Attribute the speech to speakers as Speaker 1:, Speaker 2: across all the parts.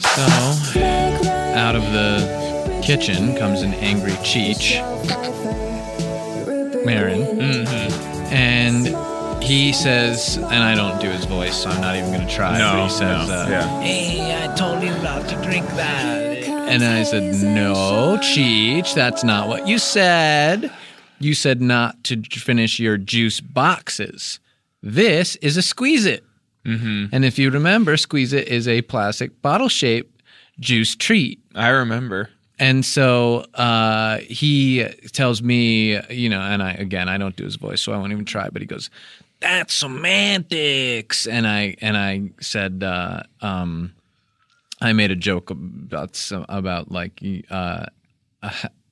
Speaker 1: So, out of the kitchen comes an angry Cheech, Marin, Mm-hmm. and he says, and I don't do his voice, so I'm not even going to try. but
Speaker 2: No,
Speaker 1: he says,
Speaker 2: Oh, no,
Speaker 1: uh,
Speaker 2: yeah.
Speaker 1: "Hey, I told you not to drink that." And I said, "No, Cheech, that's not what you said. You said not to j- finish your juice boxes. This is a squeeze it." And if you remember, Squeeze It is a plastic bottle shaped juice treat.
Speaker 2: I remember.
Speaker 1: And so uh, he tells me, you know, and I, again, I don't do his voice, so I won't even try, but he goes, that's semantics. And I, and I said, uh, um, I made a joke about, some, about like, uh,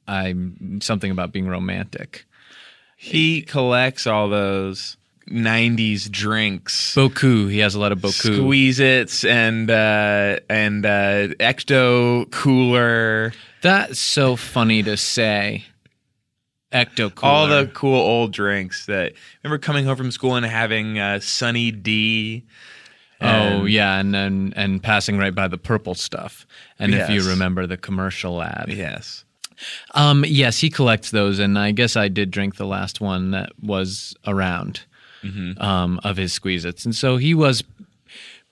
Speaker 1: I'm something about being romantic.
Speaker 2: He collects all those 90s drinks.
Speaker 1: Boku, he has a lot of boku.
Speaker 2: Squeeze its and uh, and uh, ecto cooler,
Speaker 1: That's so funny to say. Ecto cooler.
Speaker 2: all the cool old drinks that remember coming home from school and having uh, Sunny D.
Speaker 1: Oh yeah, and, and and passing right by the purple stuff. And if
Speaker 2: Yes.
Speaker 1: you remember the commercial ad,
Speaker 2: yes,
Speaker 1: um, yes, he collects those, and I guess I did drink the last one that was around
Speaker 2: Mm-hmm.
Speaker 1: um, of his Squeeze-Its, and so he was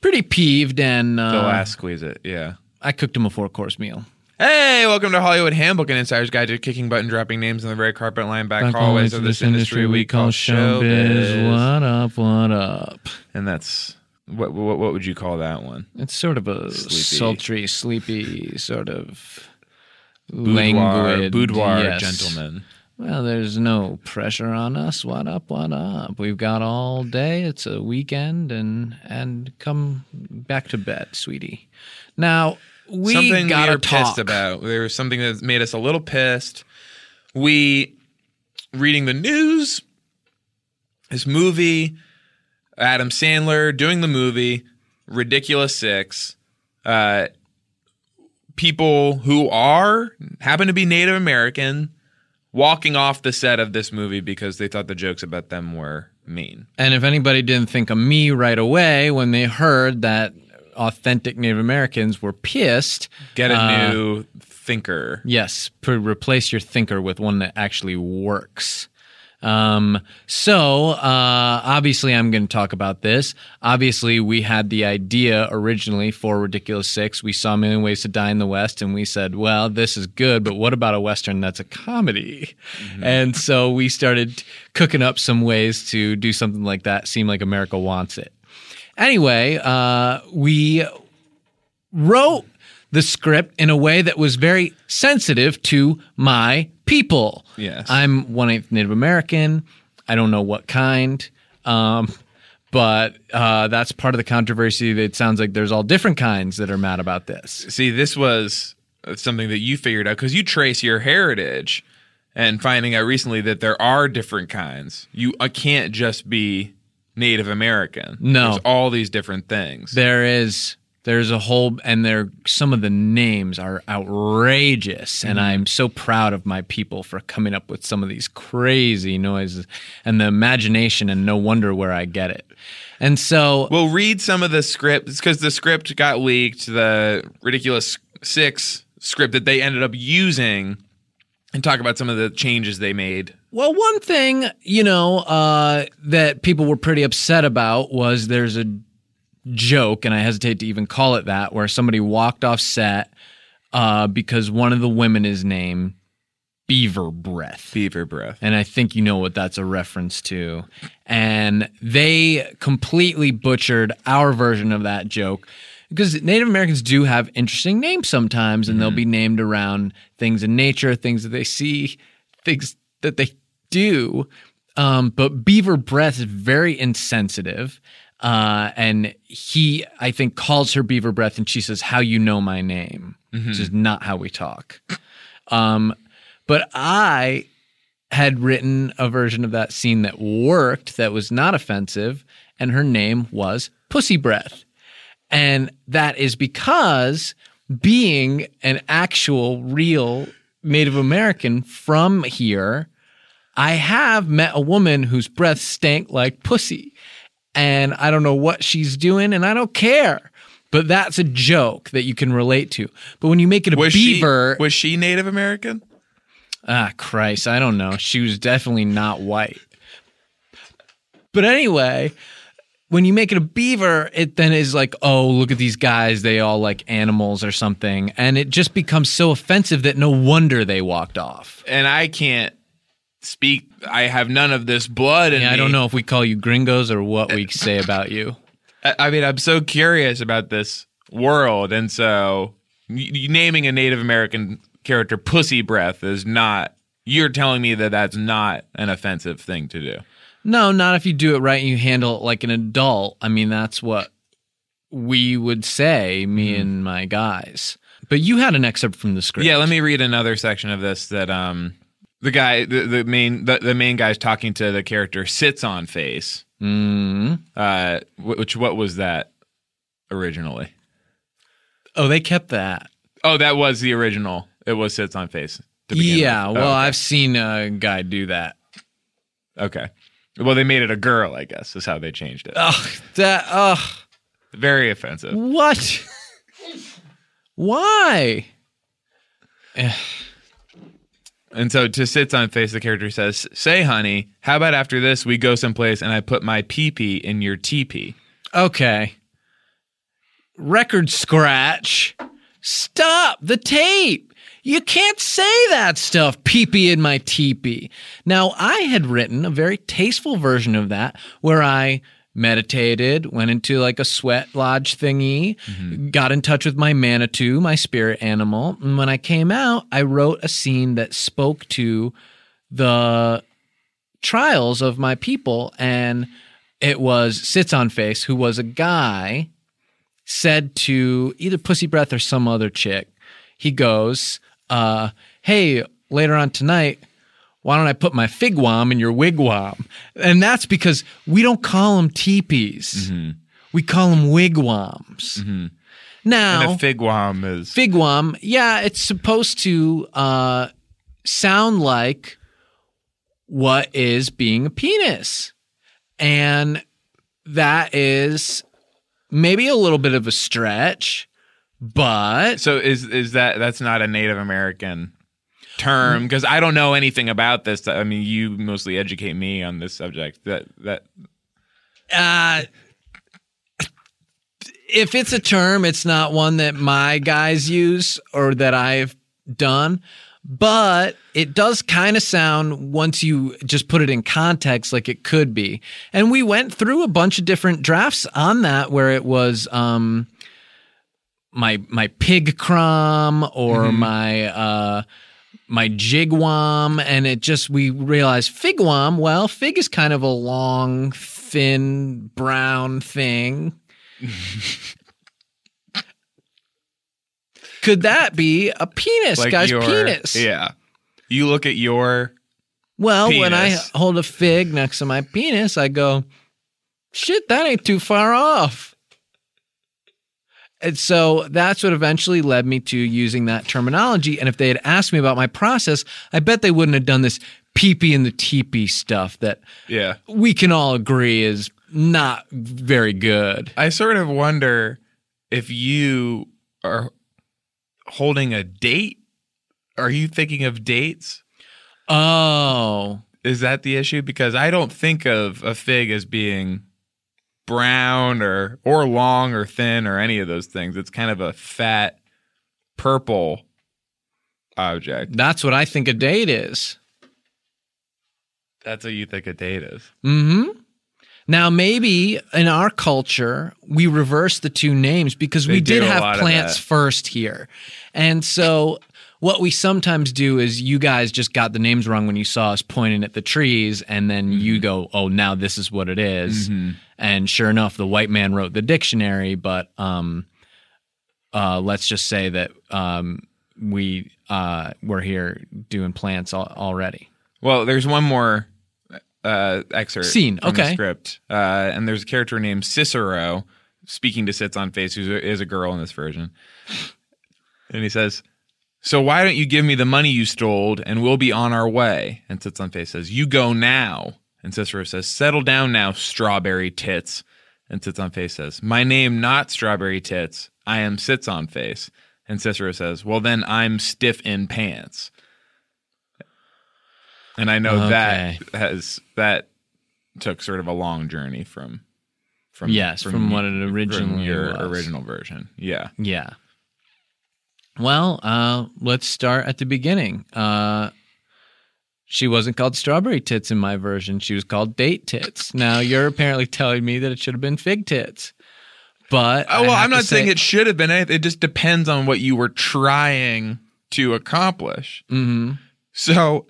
Speaker 1: pretty peeved, and uh,
Speaker 2: the last squeeze it. Yeah.
Speaker 1: I cooked him a four-course meal.
Speaker 2: Hey, welcome to Hollywood Handbook, an insider's guide to kicking butt and dropping names in the red carpet line back hallways of this industry we call showbiz.
Speaker 1: What up? What up?
Speaker 2: And that's what, what what would you call that one?
Speaker 1: It's sort of a
Speaker 2: Sleepy.
Speaker 1: sultry, sleepy sort of
Speaker 2: Boudoir,
Speaker 1: languid
Speaker 2: boudoir
Speaker 1: yes.
Speaker 2: gentleman.
Speaker 1: Well, there's no pressure on us. What up? What up? We've got all day. It's a weekend, and and come back to bed, sweetie. Now we
Speaker 2: something
Speaker 1: gotta
Speaker 2: we were
Speaker 1: talk.
Speaker 2: pissed about. There was something that made us a little pissed. We reading the news, this movie, Adam Sandler doing the movie, Ridiculous Six. Uh, people who are happen to be Native American walking off the set of this movie because they thought the jokes about them were mean.
Speaker 1: And if anybody didn't think of me right away when they heard that authentic Native Americans were pissed,
Speaker 2: Get a
Speaker 1: uh,
Speaker 2: new thinker.
Speaker 1: Yes, per- replace your thinker with one that actually works. Um, so uh, obviously, I'm going to talk about this. Obviously, we had the idea originally for Ridiculous Six. We saw Million Ways to Die in the West, and we said, "Well, this is good, but what about a western that's a comedy?" And so we started cooking up some ways to do something like that. Seem like America wants it. Anyway, uh, we wrote the script in a way that was very sensitive to my people.
Speaker 2: Yes.
Speaker 1: I'm one eighth Native American. I don't know what kind. Um, but uh, that's part of the controversy. That it sounds like there's all different kinds that are mad about this.
Speaker 2: See, this was uh, something that you figured out because you trace your heritage and finding out recently that there are different kinds. You uh, can't just be Native American.
Speaker 1: No.
Speaker 2: There's all these different things.
Speaker 1: There is there's a whole and there some of the names are outrageous and I'm so proud of my people for coming up with some of these crazy noises and the imagination and no wonder where I get it. And so
Speaker 2: Well, read some of the scripts because the script got leaked, the Ridiculous Six script that they ended up using, and talk about some of the changes they made.
Speaker 1: Well, one thing, you know, uh, that people were pretty upset about was there's a joke, and I hesitate to even call it that, where somebody walked off set uh, because one of the women is named Beaver Breath.
Speaker 2: Beaver breath.
Speaker 1: And I think you know what that's a reference to. And they completely butchered our version of that joke because Native Americans do have interesting names sometimes, and they'll be named around things in nature, things that they see, things that they do. Um, but Beaver Breath is very insensitive. Uh, and he, I think, calls her Beaver Breath, and she says, How you know my name, which is not how we talk. Um, but I had written a version of that scene that worked, that was not offensive, and her name was Pussy Breath. And that is because being an actual, real Native American from here, I have met a woman whose breath stank like pussy. And I don't know what she's doing, and I don't care. But that's a joke that you can relate to. But when you make it a
Speaker 2: Was
Speaker 1: beaver,
Speaker 2: she was she Native American?
Speaker 1: ah, Christ, I don't know. She was definitely not white. But anyway, when you make it a beaver, it then is like, oh, look at these guys. They all like animals or something. And it just becomes so offensive that no wonder they walked off.
Speaker 2: And I can't speak. I have none of this blood in
Speaker 1: Yeah, I
Speaker 2: me.
Speaker 1: don't know if we call you gringos or what we say about you.
Speaker 2: I, I mean, I'm so curious about this world, and so y- y- naming a Native American character "pussy breath" is not. You're telling me that that's not an offensive thing to do.
Speaker 1: No, not if you do it right and you handle it like an adult. I mean, that's what we would say, me and my guys. But you had an excerpt from the script.
Speaker 2: Yeah, let me read another section of this that um the guy the, the main the, the main guy's talking to the character sits on face.
Speaker 1: Mm.
Speaker 2: Uh wh- which what was that originally?
Speaker 1: Oh, they kept that.
Speaker 2: Oh, that was the original. It was sits on face. to begin
Speaker 1: Yeah.
Speaker 2: with.
Speaker 1: Well,
Speaker 2: Oh,
Speaker 1: I've seen a guy do that.
Speaker 2: okay. Well, they made it a girl, I guess, is how they changed it.
Speaker 1: Ugh, that. Ugh.
Speaker 2: Very offensive.
Speaker 1: What? Why?
Speaker 2: And so to sits on face, the character says, "Say, honey, how about after this we go someplace and I put my pee pee in your teepee?"
Speaker 1: Okay. Record scratch. Stop the tape. You can't say that stuff, peepee in my teepee. Now, I had written a very tasteful version of that where I meditated, went into like a sweat lodge thingy, got in touch with my Manitou, my spirit animal. And when I came out, I wrote a scene that spoke to the trials of my people and it was sits on face who was a guy said to either pussy breath or some other chick he goes uh hey later on tonight why don't i put my figwam in your wigwam and that's because we don't call them teepees we call them wigwams now
Speaker 2: And a figwam is
Speaker 1: Figwam, yeah, it's supposed to uh, sound like what is being a penis. And that is maybe a little bit of a stretch, but
Speaker 2: So is is that that's not a Native American term
Speaker 1: Mm.
Speaker 2: because I don't know anything about this. I mean, you mostly educate me on this subject. That that
Speaker 1: uh, if it's a term, it's not one that my guys use or that I've done, but it does kind of sound once you just put it in context like it could be. And we went through a bunch of different drafts on that where it was um my my pig crom or my uh my jigwam and it just we realized figwam well fig is kind of a long thin brown thing could that be a penis guy's
Speaker 2: your-
Speaker 1: penis
Speaker 2: Yeah, you look at your
Speaker 1: well when i
Speaker 2: Penis.
Speaker 1: hold a fig next to my penis i go shit that ain't too far off and so that's what eventually led me to using that terminology. And if they had asked me about my process, I bet they wouldn't have done this peepee and the teepee stuff that
Speaker 2: yeah.
Speaker 1: we can all agree is not very good.
Speaker 2: I sort of wonder if you are holding a date. Are you thinking of dates?
Speaker 1: Oh,
Speaker 2: Is that the issue? Because I don't think of a fig as being brown or or long or thin or any of those things. It's kind of a fat purple object.
Speaker 1: that's what I think a date is.
Speaker 2: That's what you think a date is.
Speaker 1: Mm hmm. Now, maybe in our culture, we reverse the two names because we
Speaker 2: They do
Speaker 1: did
Speaker 2: a lot
Speaker 1: have
Speaker 2: of
Speaker 1: plants
Speaker 2: that.
Speaker 1: first here. And so, what we sometimes do is you guys just got the names wrong when you saw us pointing at the trees, and then you go, oh, now this is what it
Speaker 2: Mm-hmm.
Speaker 1: is." And sure enough, the white man wrote the dictionary, but um, uh, let's just say that um, we uh, were here doing plants al- already.
Speaker 2: Well, there's one more uh, excerpt
Speaker 1: Scene,
Speaker 2: from the
Speaker 1: okay.
Speaker 2: script, uh, and there's a character named Cicero speaking to Sits on Face, who is a girl in this version, and he says. So why don't you give me the money you stole and we'll be on our way? And Sits on Face says, You go now. And Cicero says, Settle down now, strawberry tits. And Sits on Face says, My name, not Strawberry Tits. I am Sits on Face. And Cicero says, Well, then I'm stiff in pants. And I know that has that took sort of a long journey from from
Speaker 1: Yes, from what it originally
Speaker 2: your
Speaker 1: was.
Speaker 2: original version. Yeah.
Speaker 1: Yeah. Well, uh, let's start at the beginning. Uh, she wasn't called strawberry tits in my version. She was called date tits. Now you're apparently telling me that it should have been fig tits. But
Speaker 2: Oh
Speaker 1: I
Speaker 2: well,
Speaker 1: have
Speaker 2: I'm
Speaker 1: to
Speaker 2: not saying
Speaker 1: say-
Speaker 2: it should have been. anyth- It just depends on what you were trying to accomplish.
Speaker 1: Mhm.
Speaker 2: So,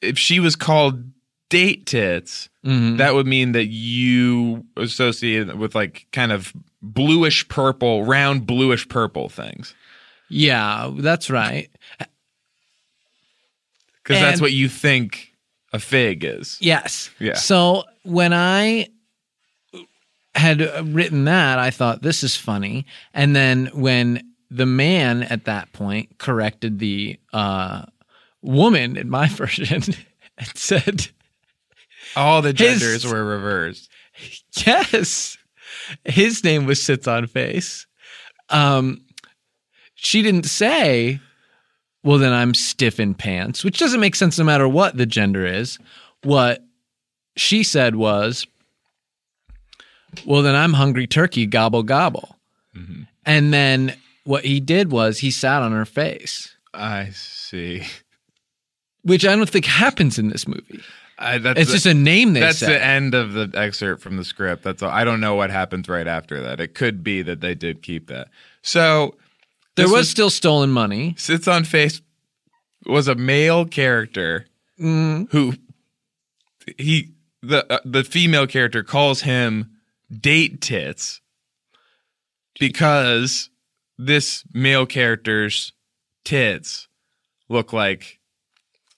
Speaker 2: if she was called date tits,
Speaker 1: Mhm.
Speaker 2: that would mean that you associated it with like kind of bluish purple, round bluish purple things,
Speaker 1: Yeah, that's right.
Speaker 2: because
Speaker 1: And-
Speaker 2: that's what you think a fig is.
Speaker 1: Yes.
Speaker 2: Yeah.
Speaker 1: So when I had written that, I thought this is funny, and then when the man at that point corrected the uh, woman in my version and said,
Speaker 2: All the
Speaker 1: His-
Speaker 2: genders were reversed.
Speaker 1: "Yes, his name was sits on face." Um, she didn't say. Well, then I'm stiff in pants, which doesn't make sense no matter what the gender is. What she said was, Well, then I'm hungry turkey, gobble, gobble.
Speaker 2: Mm-hmm.
Speaker 1: And then what he did was he sat on her face,
Speaker 2: I see.
Speaker 1: which I don't think happens in this movie.
Speaker 2: I, that's
Speaker 1: It's just a name they
Speaker 2: That's
Speaker 1: said.
Speaker 2: the end of the excerpt from the script. That's all. I don't know what happens right after that. It could be that they did keep that. So
Speaker 1: there
Speaker 2: this
Speaker 1: was still stolen money.
Speaker 2: sits on face was a male character who he the uh, the female character calls him date tits because this male character's tits look like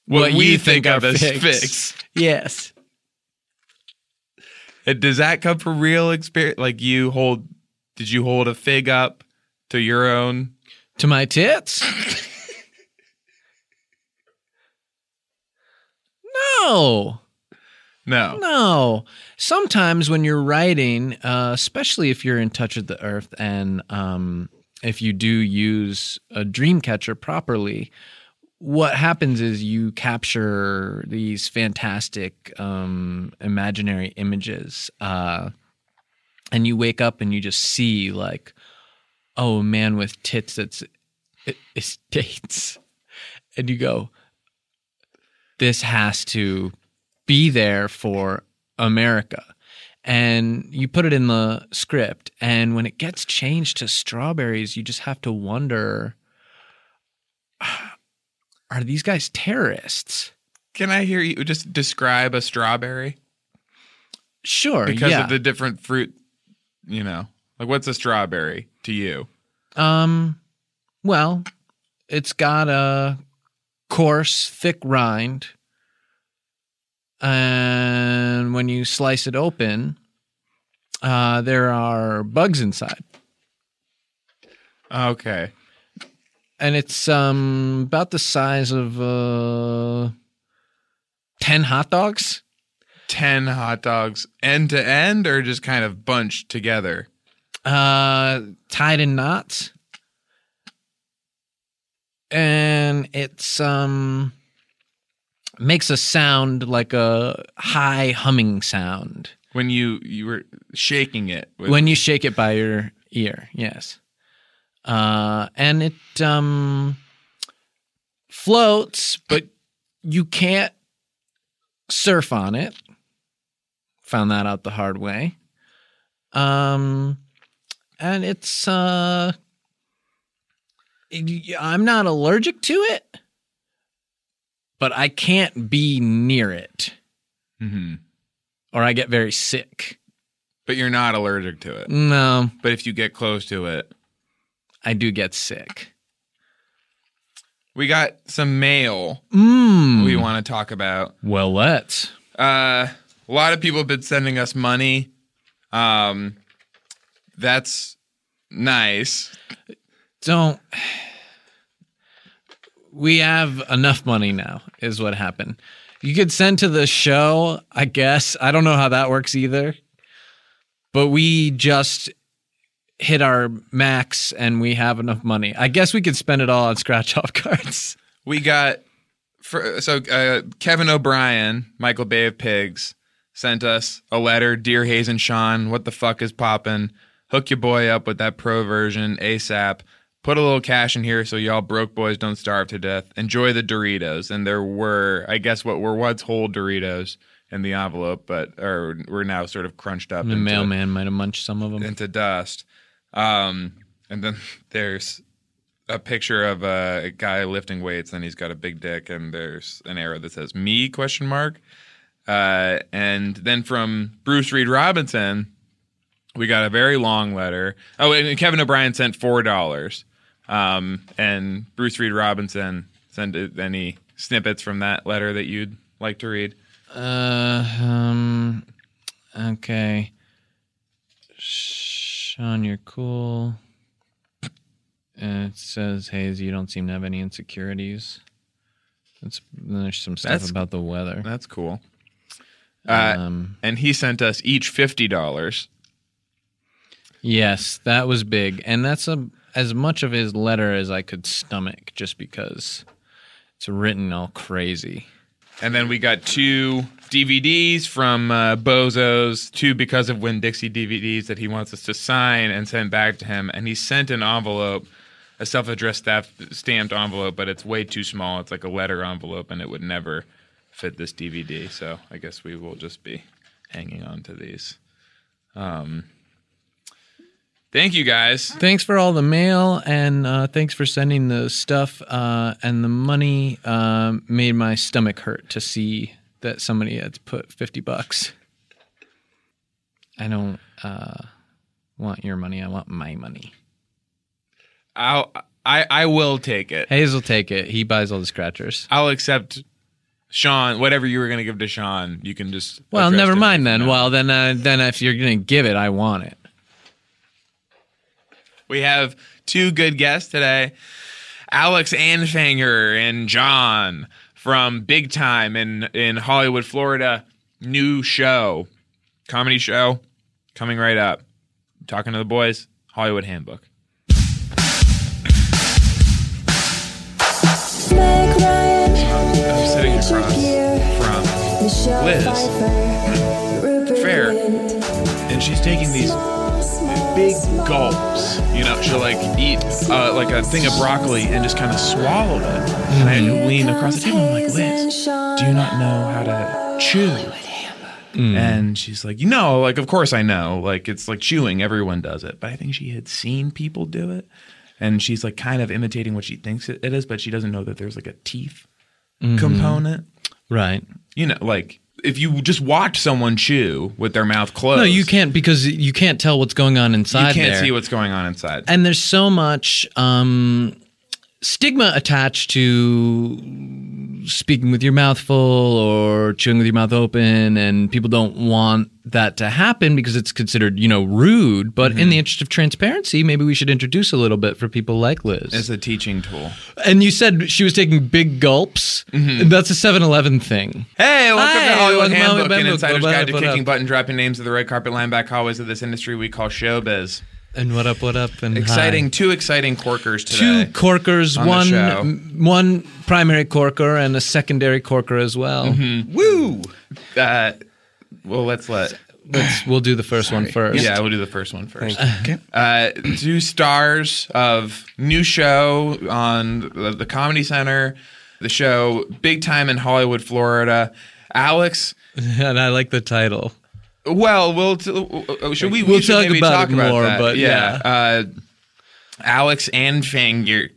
Speaker 2: what,
Speaker 1: What
Speaker 2: we
Speaker 1: you
Speaker 2: think,
Speaker 1: think
Speaker 2: of
Speaker 1: are
Speaker 2: as
Speaker 1: figs.
Speaker 2: figs.
Speaker 1: Yes.
Speaker 2: And Does that come from real experience? Like you hold, did you hold a fig up to your own?
Speaker 1: To my tits? no.
Speaker 2: No.
Speaker 1: No. Sometimes when you're writing, uh, especially if you're in touch with the earth and um, if you do use a dream catcher properly, what happens is you capture these fantastic um, imaginary images. Uh, and you wake up and you just see, like, oh, a man with tits that's it, it's dates. And you go, this has to be there for America. And you put it in the script. And when it gets changed to strawberries, you just have to wonder are these guys terrorists?
Speaker 2: Can I hear you just describe a strawberry
Speaker 1: Sure.
Speaker 2: because
Speaker 1: yeah.
Speaker 2: of the different fruit? You know, like what's a strawberry to you?
Speaker 1: Um, well, it's got a coarse, thick rind, and when you slice it open, uh, there are bugs inside,
Speaker 2: Okay.
Speaker 1: and it's um about the size of uh ten hot dogs.
Speaker 2: 10 hot dogs end to end or just kind of bunched together?
Speaker 1: uh, tied in knots, and it's um makes a sound like a high humming sound
Speaker 2: When you you were shaking it. With,
Speaker 1: when you shake it by your ear. Yes, uh, and it um floats, but you can't surf on it. Found that out the hard way. Um, and it's uh, it- I'm not allergic to it, but I can't be near it,
Speaker 2: Mhm.
Speaker 1: or I get very sick.
Speaker 2: But you're not allergic to it.
Speaker 1: No,
Speaker 2: But if you get close to it,
Speaker 1: I do get sick.
Speaker 2: we got some mail
Speaker 1: Mmm.
Speaker 2: we want to talk about.
Speaker 1: well, let's.
Speaker 2: Uh, a lot of people have been sending us money. Um, that's nice.
Speaker 1: Don't. We have enough money now, is what happened. You could send to the show, I guess. I don't know how that works either. but we just hit our max and we have enough money. I guess we could spend it all on scratch off cards.
Speaker 2: We got for, so uh, Kevin O'Brien, Michael Bay of Pigs, sent us a letter. Dear Hayes and Sean, what the fuck is poppin'? Hook your boy up with that pro version ASAP. Put a little cash in here so y'all broke boys don't starve to death. Enjoy the Doritos. And there were, I guess, what were once whole Doritos in the envelope, but or were now sort of crunched up
Speaker 1: The
Speaker 2: into,
Speaker 1: mailman might have munched some of them.
Speaker 2: into dust. Um, and then there's a picture of a guy lifting weights, and he's got a big dick, and there's an arrow that says "me?" question mark. Uh, and then from Bruce Reed Robinson, we got a very long letter. Oh, and Kevin O'Brien sent four dollars, um, and Bruce Reed Robinson sent it- any snippets from that letter that you'd like to read.
Speaker 1: Uh, um, okay. Sean, you're cool. And it says, Hayes, you don't seem to have any insecurities. That's, then there's some stuff
Speaker 2: That's-
Speaker 1: about the weather.
Speaker 2: That's cool. Uh,
Speaker 1: um,
Speaker 2: and he sent us each fifty dollars.
Speaker 1: yes, that was big. And that's a, as much of his letter as I could stomach just because it's written all crazy.
Speaker 2: And then we got two DVDs from uh, Bozo's, two Because of Win Dixie DVDs that he wants us to sign and send back to him. And he sent an envelope, a self addressed stamped envelope, but it's way too small. It's like a letter envelope and it would never fit this DVD. So I guess we will just be hanging on to these. Um, thank you guys.
Speaker 1: Thanks for all the mail and uh, thanks for sending the stuff uh, and the money. Um, made my stomach hurt to see that somebody had put fifty bucks. I don't uh, want your money. I want my money.
Speaker 2: I'll, I, I will take it.
Speaker 1: Hayes will take it. He buys all the scratchers.
Speaker 2: I'll accept Sean, whatever you were going to give to Sean, you can just.
Speaker 1: Well,
Speaker 2: address
Speaker 1: never
Speaker 2: him
Speaker 1: mind
Speaker 2: as
Speaker 1: then.
Speaker 2: that.
Speaker 1: Well, then, uh, then if you're gonna give it, I want it.
Speaker 2: we have two good guests today Alex Anfanger and John from Big Time in, in Hollywood, Florida. New show, comedy show coming right up. Talking to the boys, Hollywood Handbook.
Speaker 3: Meg Ryan,
Speaker 2: I'm sitting
Speaker 3: Richard
Speaker 2: across
Speaker 3: Gere,
Speaker 2: from,
Speaker 3: Michelle
Speaker 2: Liz.
Speaker 3: Pfeiffer, Rupert
Speaker 2: Fair.
Speaker 3: Grint,
Speaker 2: and she's taking these
Speaker 3: small, small,
Speaker 2: big
Speaker 3: small.
Speaker 2: gulps. You know, she'll like eat uh, like a thing of broccoli and just kind of swallow it. And I
Speaker 1: Mm-hmm.
Speaker 2: lean across the table. I'm like, Liz, do you not know how to chew?
Speaker 1: Mm.
Speaker 2: And she's like, you know, like of course I know. Like it's like chewing, everyone does it. But I think she had seen people do it, and she's like kind of imitating what she thinks it it is, but she doesn't know that there's like a teeth
Speaker 1: Mm-hmm.
Speaker 2: component.
Speaker 1: Right.
Speaker 2: You know, like if you just watch someone chew with their mouth closed,
Speaker 1: No, you can't because you can't tell what's going on inside.
Speaker 2: You can't
Speaker 1: there.
Speaker 2: see what's going on inside.
Speaker 1: and there's so much um, stigma attached to speaking with your mouth full or chewing with your mouth open and people don't want that to happen because it's considered you know rude but
Speaker 2: Mm-hmm.
Speaker 1: in the interest of transparency maybe we should introduce a little bit for people like liz
Speaker 2: It's a Mm-hmm. teaching tool.
Speaker 1: and you said she was taking big gulps that's a 7-eleven thing
Speaker 2: Hey, welcome
Speaker 1: Hi,
Speaker 2: to Hollywood
Speaker 1: welcome to
Speaker 2: Handbook,
Speaker 1: Hollywood
Speaker 2: an
Speaker 1: Handbook.
Speaker 2: insider's
Speaker 1: Blah, blah,
Speaker 2: guide to
Speaker 1: blah,
Speaker 2: kicking
Speaker 1: blah.
Speaker 2: butt and dropping names of the red carpet line back hallways of this industry we call showbiz.
Speaker 1: and what up what up and hi.
Speaker 2: Exciting, two exciting corkers today.
Speaker 1: two corkers,
Speaker 2: the
Speaker 1: one
Speaker 2: show.
Speaker 1: m- one primary corker and a secondary corker as well.
Speaker 2: Mm-hmm. Woo! Uh, well, let's let.
Speaker 1: Let's we'll do the first one first.
Speaker 2: Yeah, we'll do the first one first.
Speaker 4: Okay.
Speaker 2: Uh, two stars of new show on the, the Comedy Center, the show Big Time in Hollywood, Florida. Alex,
Speaker 1: and I like the title.
Speaker 2: Well, we'll t- uh, should we? we
Speaker 1: We'll
Speaker 2: should
Speaker 1: talk
Speaker 2: maybe
Speaker 1: about
Speaker 2: talk
Speaker 1: it
Speaker 2: about
Speaker 1: more,
Speaker 2: that.
Speaker 1: but
Speaker 2: Uh, Alex and Fanger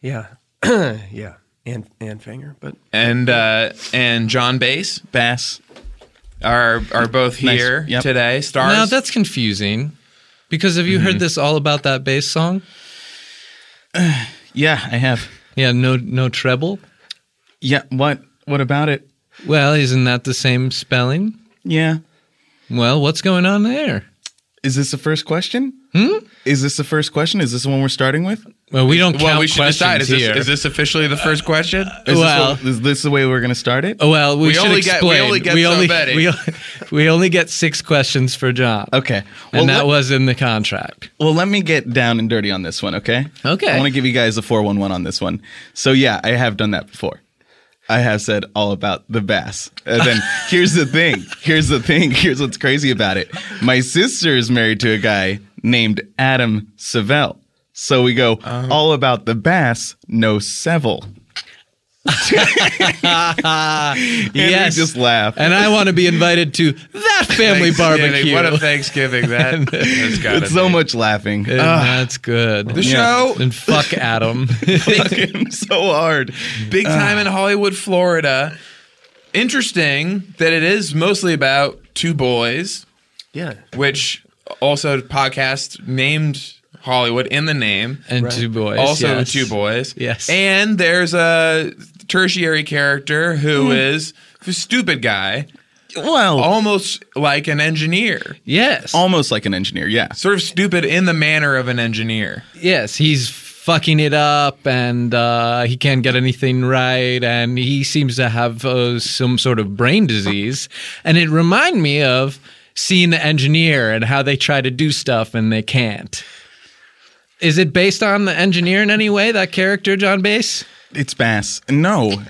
Speaker 4: Yeah. yeah. And and finger, but
Speaker 2: and uh, and John Bass
Speaker 4: bass.
Speaker 2: are are both
Speaker 4: Nice.
Speaker 2: here
Speaker 4: Yep.
Speaker 2: today. Stars.
Speaker 1: Now that's confusing because have you
Speaker 2: Mm-hmm.
Speaker 1: heard this all about that bass song?
Speaker 4: Yeah, I have.
Speaker 1: Yeah, no no treble.
Speaker 4: Yeah. What? What about it?
Speaker 1: Well, isn't that the same spelling?
Speaker 4: Yeah.
Speaker 1: Well, what's going on there?
Speaker 4: Is this the first question? Hmm. Is this the first question? Is this the one we're starting with?
Speaker 1: Well, we don't count
Speaker 2: Well, we should
Speaker 1: questions
Speaker 2: decide. Is this,
Speaker 1: here.
Speaker 2: is this officially the first question?
Speaker 5: Is
Speaker 1: Well-
Speaker 5: this, the- is this the way we're gonna start it?
Speaker 1: Oh, well, we,
Speaker 2: We
Speaker 1: should
Speaker 2: only get- we
Speaker 1: explain.
Speaker 2: only get so many.
Speaker 1: we, we only get six questions for John.
Speaker 5: Okay.
Speaker 1: and that
Speaker 5: let,
Speaker 1: was in the contract.
Speaker 5: well, let me get down and dirty on this one, okay?
Speaker 1: Okay.
Speaker 5: I want to give you guys a 411 on this one. So, yeah, I have done that before. I have said all about the bass. And then here's the thing. Here's the thing. Here's what's crazy about it. My sister is married to a guy named Adam Savell. So we go
Speaker 1: Oh.
Speaker 5: all about the bass, no Seville. And
Speaker 1: yes,
Speaker 5: we just laugh.
Speaker 1: and I want to be invited to that family
Speaker 2: Thanksgiving.
Speaker 1: barbecue.
Speaker 2: What a Thanksgiving that has got
Speaker 5: it's so much laughing.
Speaker 1: And that's good. The
Speaker 2: show.
Speaker 1: And fuck Adam.
Speaker 5: Fucking so hard.
Speaker 1: uh,
Speaker 2: Big time in Hollywood, Florida. Interesting that it is mostly about two boys,
Speaker 4: Yeah.
Speaker 2: which also podcast named Hollywood in the name.
Speaker 1: and two boys.
Speaker 2: also
Speaker 1: yes.
Speaker 2: two boys.
Speaker 1: Yes.
Speaker 2: And there's a tertiary character who
Speaker 1: Hmm.
Speaker 2: is a stupid guy,
Speaker 5: Well,
Speaker 2: almost like an engineer.
Speaker 1: Yes.
Speaker 5: almost like an engineer. Yeah.
Speaker 2: Sort of stupid in the manner of an engineer.
Speaker 1: yes, he's fucking it up and uh, he can't get anything right and he seems to have uh, some sort of brain disease. And it reminded me of seeing the engineer and how they try to do stuff and they can't. Is it based on the engineer in any way, that character, John Bass?
Speaker 5: It's Bass. No,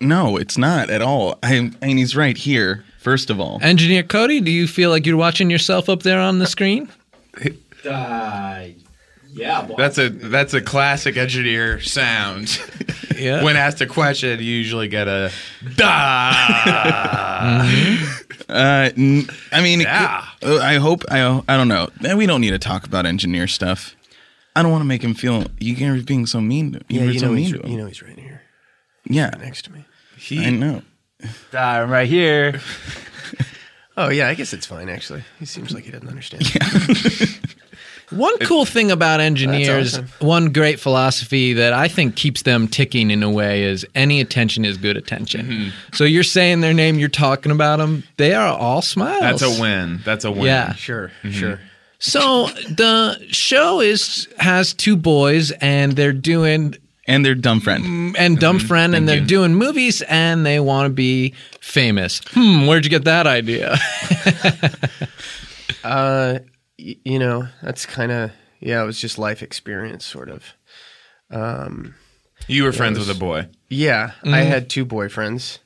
Speaker 5: no, it's not at all. I, I mean, he's right here. First of all,
Speaker 1: Engineer Cody, do you feel like you're watching yourself up there on the screen?
Speaker 2: That's a that's a classic engineer sound.
Speaker 1: Yeah.
Speaker 2: when asked a question, you usually get a da.
Speaker 5: uh, n- I mean, it could-
Speaker 2: Yeah.
Speaker 5: uh, I hope I. I don't know. Eh, We don't need to talk about engineer stuff. I don't want to make him feel you guys being so mean. To, you
Speaker 4: Yeah,
Speaker 5: were
Speaker 4: you
Speaker 5: so
Speaker 4: know,
Speaker 5: mean
Speaker 4: he's,
Speaker 5: to him.
Speaker 4: you know he's right here
Speaker 5: yeah,
Speaker 4: next to me.
Speaker 5: I know.
Speaker 6: I'm right here.
Speaker 4: Oh, yeah, I guess it's fine, actually. He seems like he doesn't understand.
Speaker 1: One cool thing about engineers,
Speaker 4: awesome.
Speaker 1: one great philosophy that I think keeps them ticking in a way is any attention is good attention. So you're saying their name, you're talking about them. They are all smiles.
Speaker 2: That's a win. That's a win.
Speaker 1: Yeah.
Speaker 4: Sure,
Speaker 5: Mm-hmm.
Speaker 4: sure.
Speaker 1: So the show is has two boys and they're doing
Speaker 5: And their dumb friend.
Speaker 1: and dumb friend and they're doing movies and they want to be famous. Hmm, where'd you get that idea?
Speaker 4: Uh, y- you know, that's kind of, yeah, it was just life experience, sort of.
Speaker 2: You were friends with a boy.
Speaker 4: Yeah, I had two boyfriends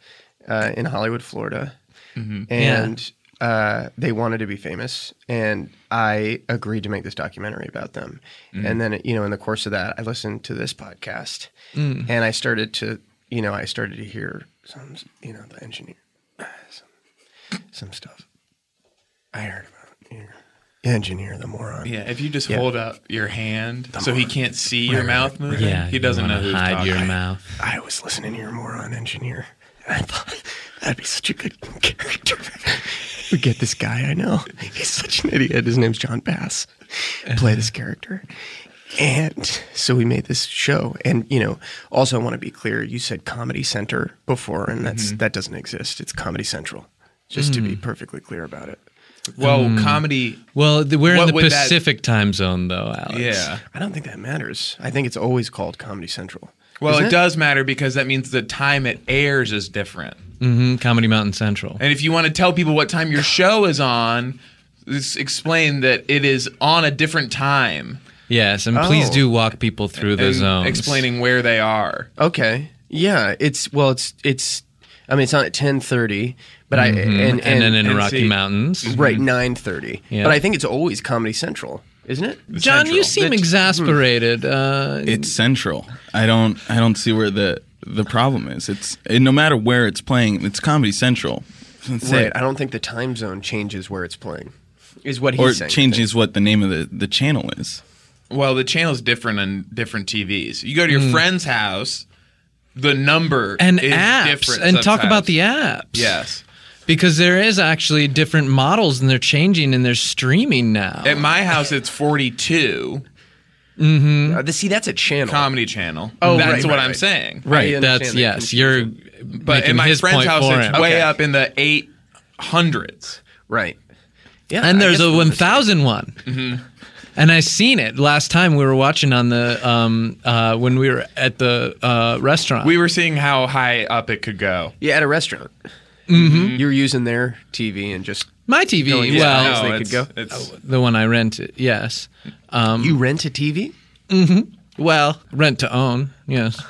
Speaker 4: uh, in Hollywood, Florida, and uh, they wanted to be famous, and I agreed to make this documentary about them. And then, you know, in the course of that, I listened to this podcast, and I started to, you know, I started to hear some, you know, the engineer, some, some stuff. I heard about your engineer, the moron.
Speaker 2: Yeah, if you just hold up your hand so he can't see your mouth moving, he
Speaker 1: you
Speaker 2: doesn't
Speaker 1: wanna
Speaker 2: know who's
Speaker 1: hide
Speaker 2: talking.
Speaker 1: your mouth.
Speaker 4: I was listening to your moron engineer. I thought that'd be such a good character. we get this guy I know. He's such an idiot. His name's John Bass. Play this character. And so we made this show. And you know, also I want to be clear, you said Comedy Center before, and that's that doesn't exist. It's Comedy Central. Just to be perfectly clear about it.
Speaker 2: Well,
Speaker 1: Hmm.
Speaker 2: comedy.
Speaker 1: Well, th- we're
Speaker 2: What
Speaker 1: in the
Speaker 2: would that-
Speaker 1: Pacific time zone though, Alex.
Speaker 2: Yeah.
Speaker 4: I don't think that matters. I think it's always called Comedy Central.
Speaker 2: Well,
Speaker 4: Isn't
Speaker 2: it does matter because that means the time it airs is different.
Speaker 1: Mhm, Comedy Mountain Central.
Speaker 2: And if you want to tell people what time your show is on, just explain that it is on a different time.
Speaker 1: Yes, and please
Speaker 4: Oh.
Speaker 1: do walk people through the
Speaker 2: and
Speaker 1: zones.
Speaker 2: Explaining where they are.
Speaker 4: Okay. Yeah. It's well. It's it's. I mean, it's on at ten thirty, but I and and,
Speaker 1: Mm-hmm. and, then in
Speaker 2: and
Speaker 1: Rocky
Speaker 2: see-
Speaker 1: Mountains.
Speaker 4: right nine thirty.
Speaker 1: Yeah.
Speaker 4: But I think it's always Comedy Central, isn't it?
Speaker 1: John, you
Speaker 2: Central.
Speaker 1: seem
Speaker 2: hmm.
Speaker 1: exasperated. Uh,
Speaker 5: It's central. I don't. I don't see where the the problem is. It's and no matter where it's playing. It's Comedy Central. That's
Speaker 4: Right.
Speaker 5: it.
Speaker 4: I don't think the time zone changes where it's playing. Is what he's
Speaker 5: Or
Speaker 4: saying.
Speaker 5: it changes what the name of the, the channel is.
Speaker 2: Well, the channel's different on different TVs. You go to your friend's house, the number
Speaker 1: Hmm. and
Speaker 2: is
Speaker 1: apps,
Speaker 2: different
Speaker 1: and talk about
Speaker 2: sometimes.
Speaker 1: the apps.
Speaker 2: Yes.
Speaker 1: because there is actually different models, and they're changing, and they're streaming now.
Speaker 2: At my house, it's 42
Speaker 4: Uh, the- see, that's a channel.
Speaker 2: Comedy Channel.
Speaker 4: Oh,
Speaker 2: that's
Speaker 4: right,
Speaker 2: what
Speaker 4: right,
Speaker 2: I'm
Speaker 4: right.
Speaker 2: saying.
Speaker 1: right,
Speaker 4: I
Speaker 1: that's
Speaker 4: understand that
Speaker 1: yes. You're,
Speaker 2: But
Speaker 1: making
Speaker 2: in my
Speaker 1: his
Speaker 2: friend's
Speaker 1: point
Speaker 2: house,
Speaker 1: for
Speaker 2: it's
Speaker 1: him.
Speaker 2: way
Speaker 4: Okay.
Speaker 2: up in the 800s.
Speaker 4: right. Yeah.
Speaker 1: and
Speaker 4: I
Speaker 1: there's
Speaker 4: guess
Speaker 1: a
Speaker 4: that's
Speaker 2: Mm-hmm.
Speaker 1: one thousand one. And I seen it last time we were watching on the um uh when we were at the uh restaurant.
Speaker 2: We were seeing how high up it could go.
Speaker 4: Yeah, at a restaurant.
Speaker 1: Mm-hmm.
Speaker 4: You were using their TV and just
Speaker 1: My TV,
Speaker 4: yeah,
Speaker 1: well,
Speaker 4: no. they could
Speaker 2: it's-
Speaker 4: go.
Speaker 2: it's-
Speaker 1: the one I rented, yes. Um,
Speaker 4: you rent a TV.
Speaker 1: Well, rent to own, yes.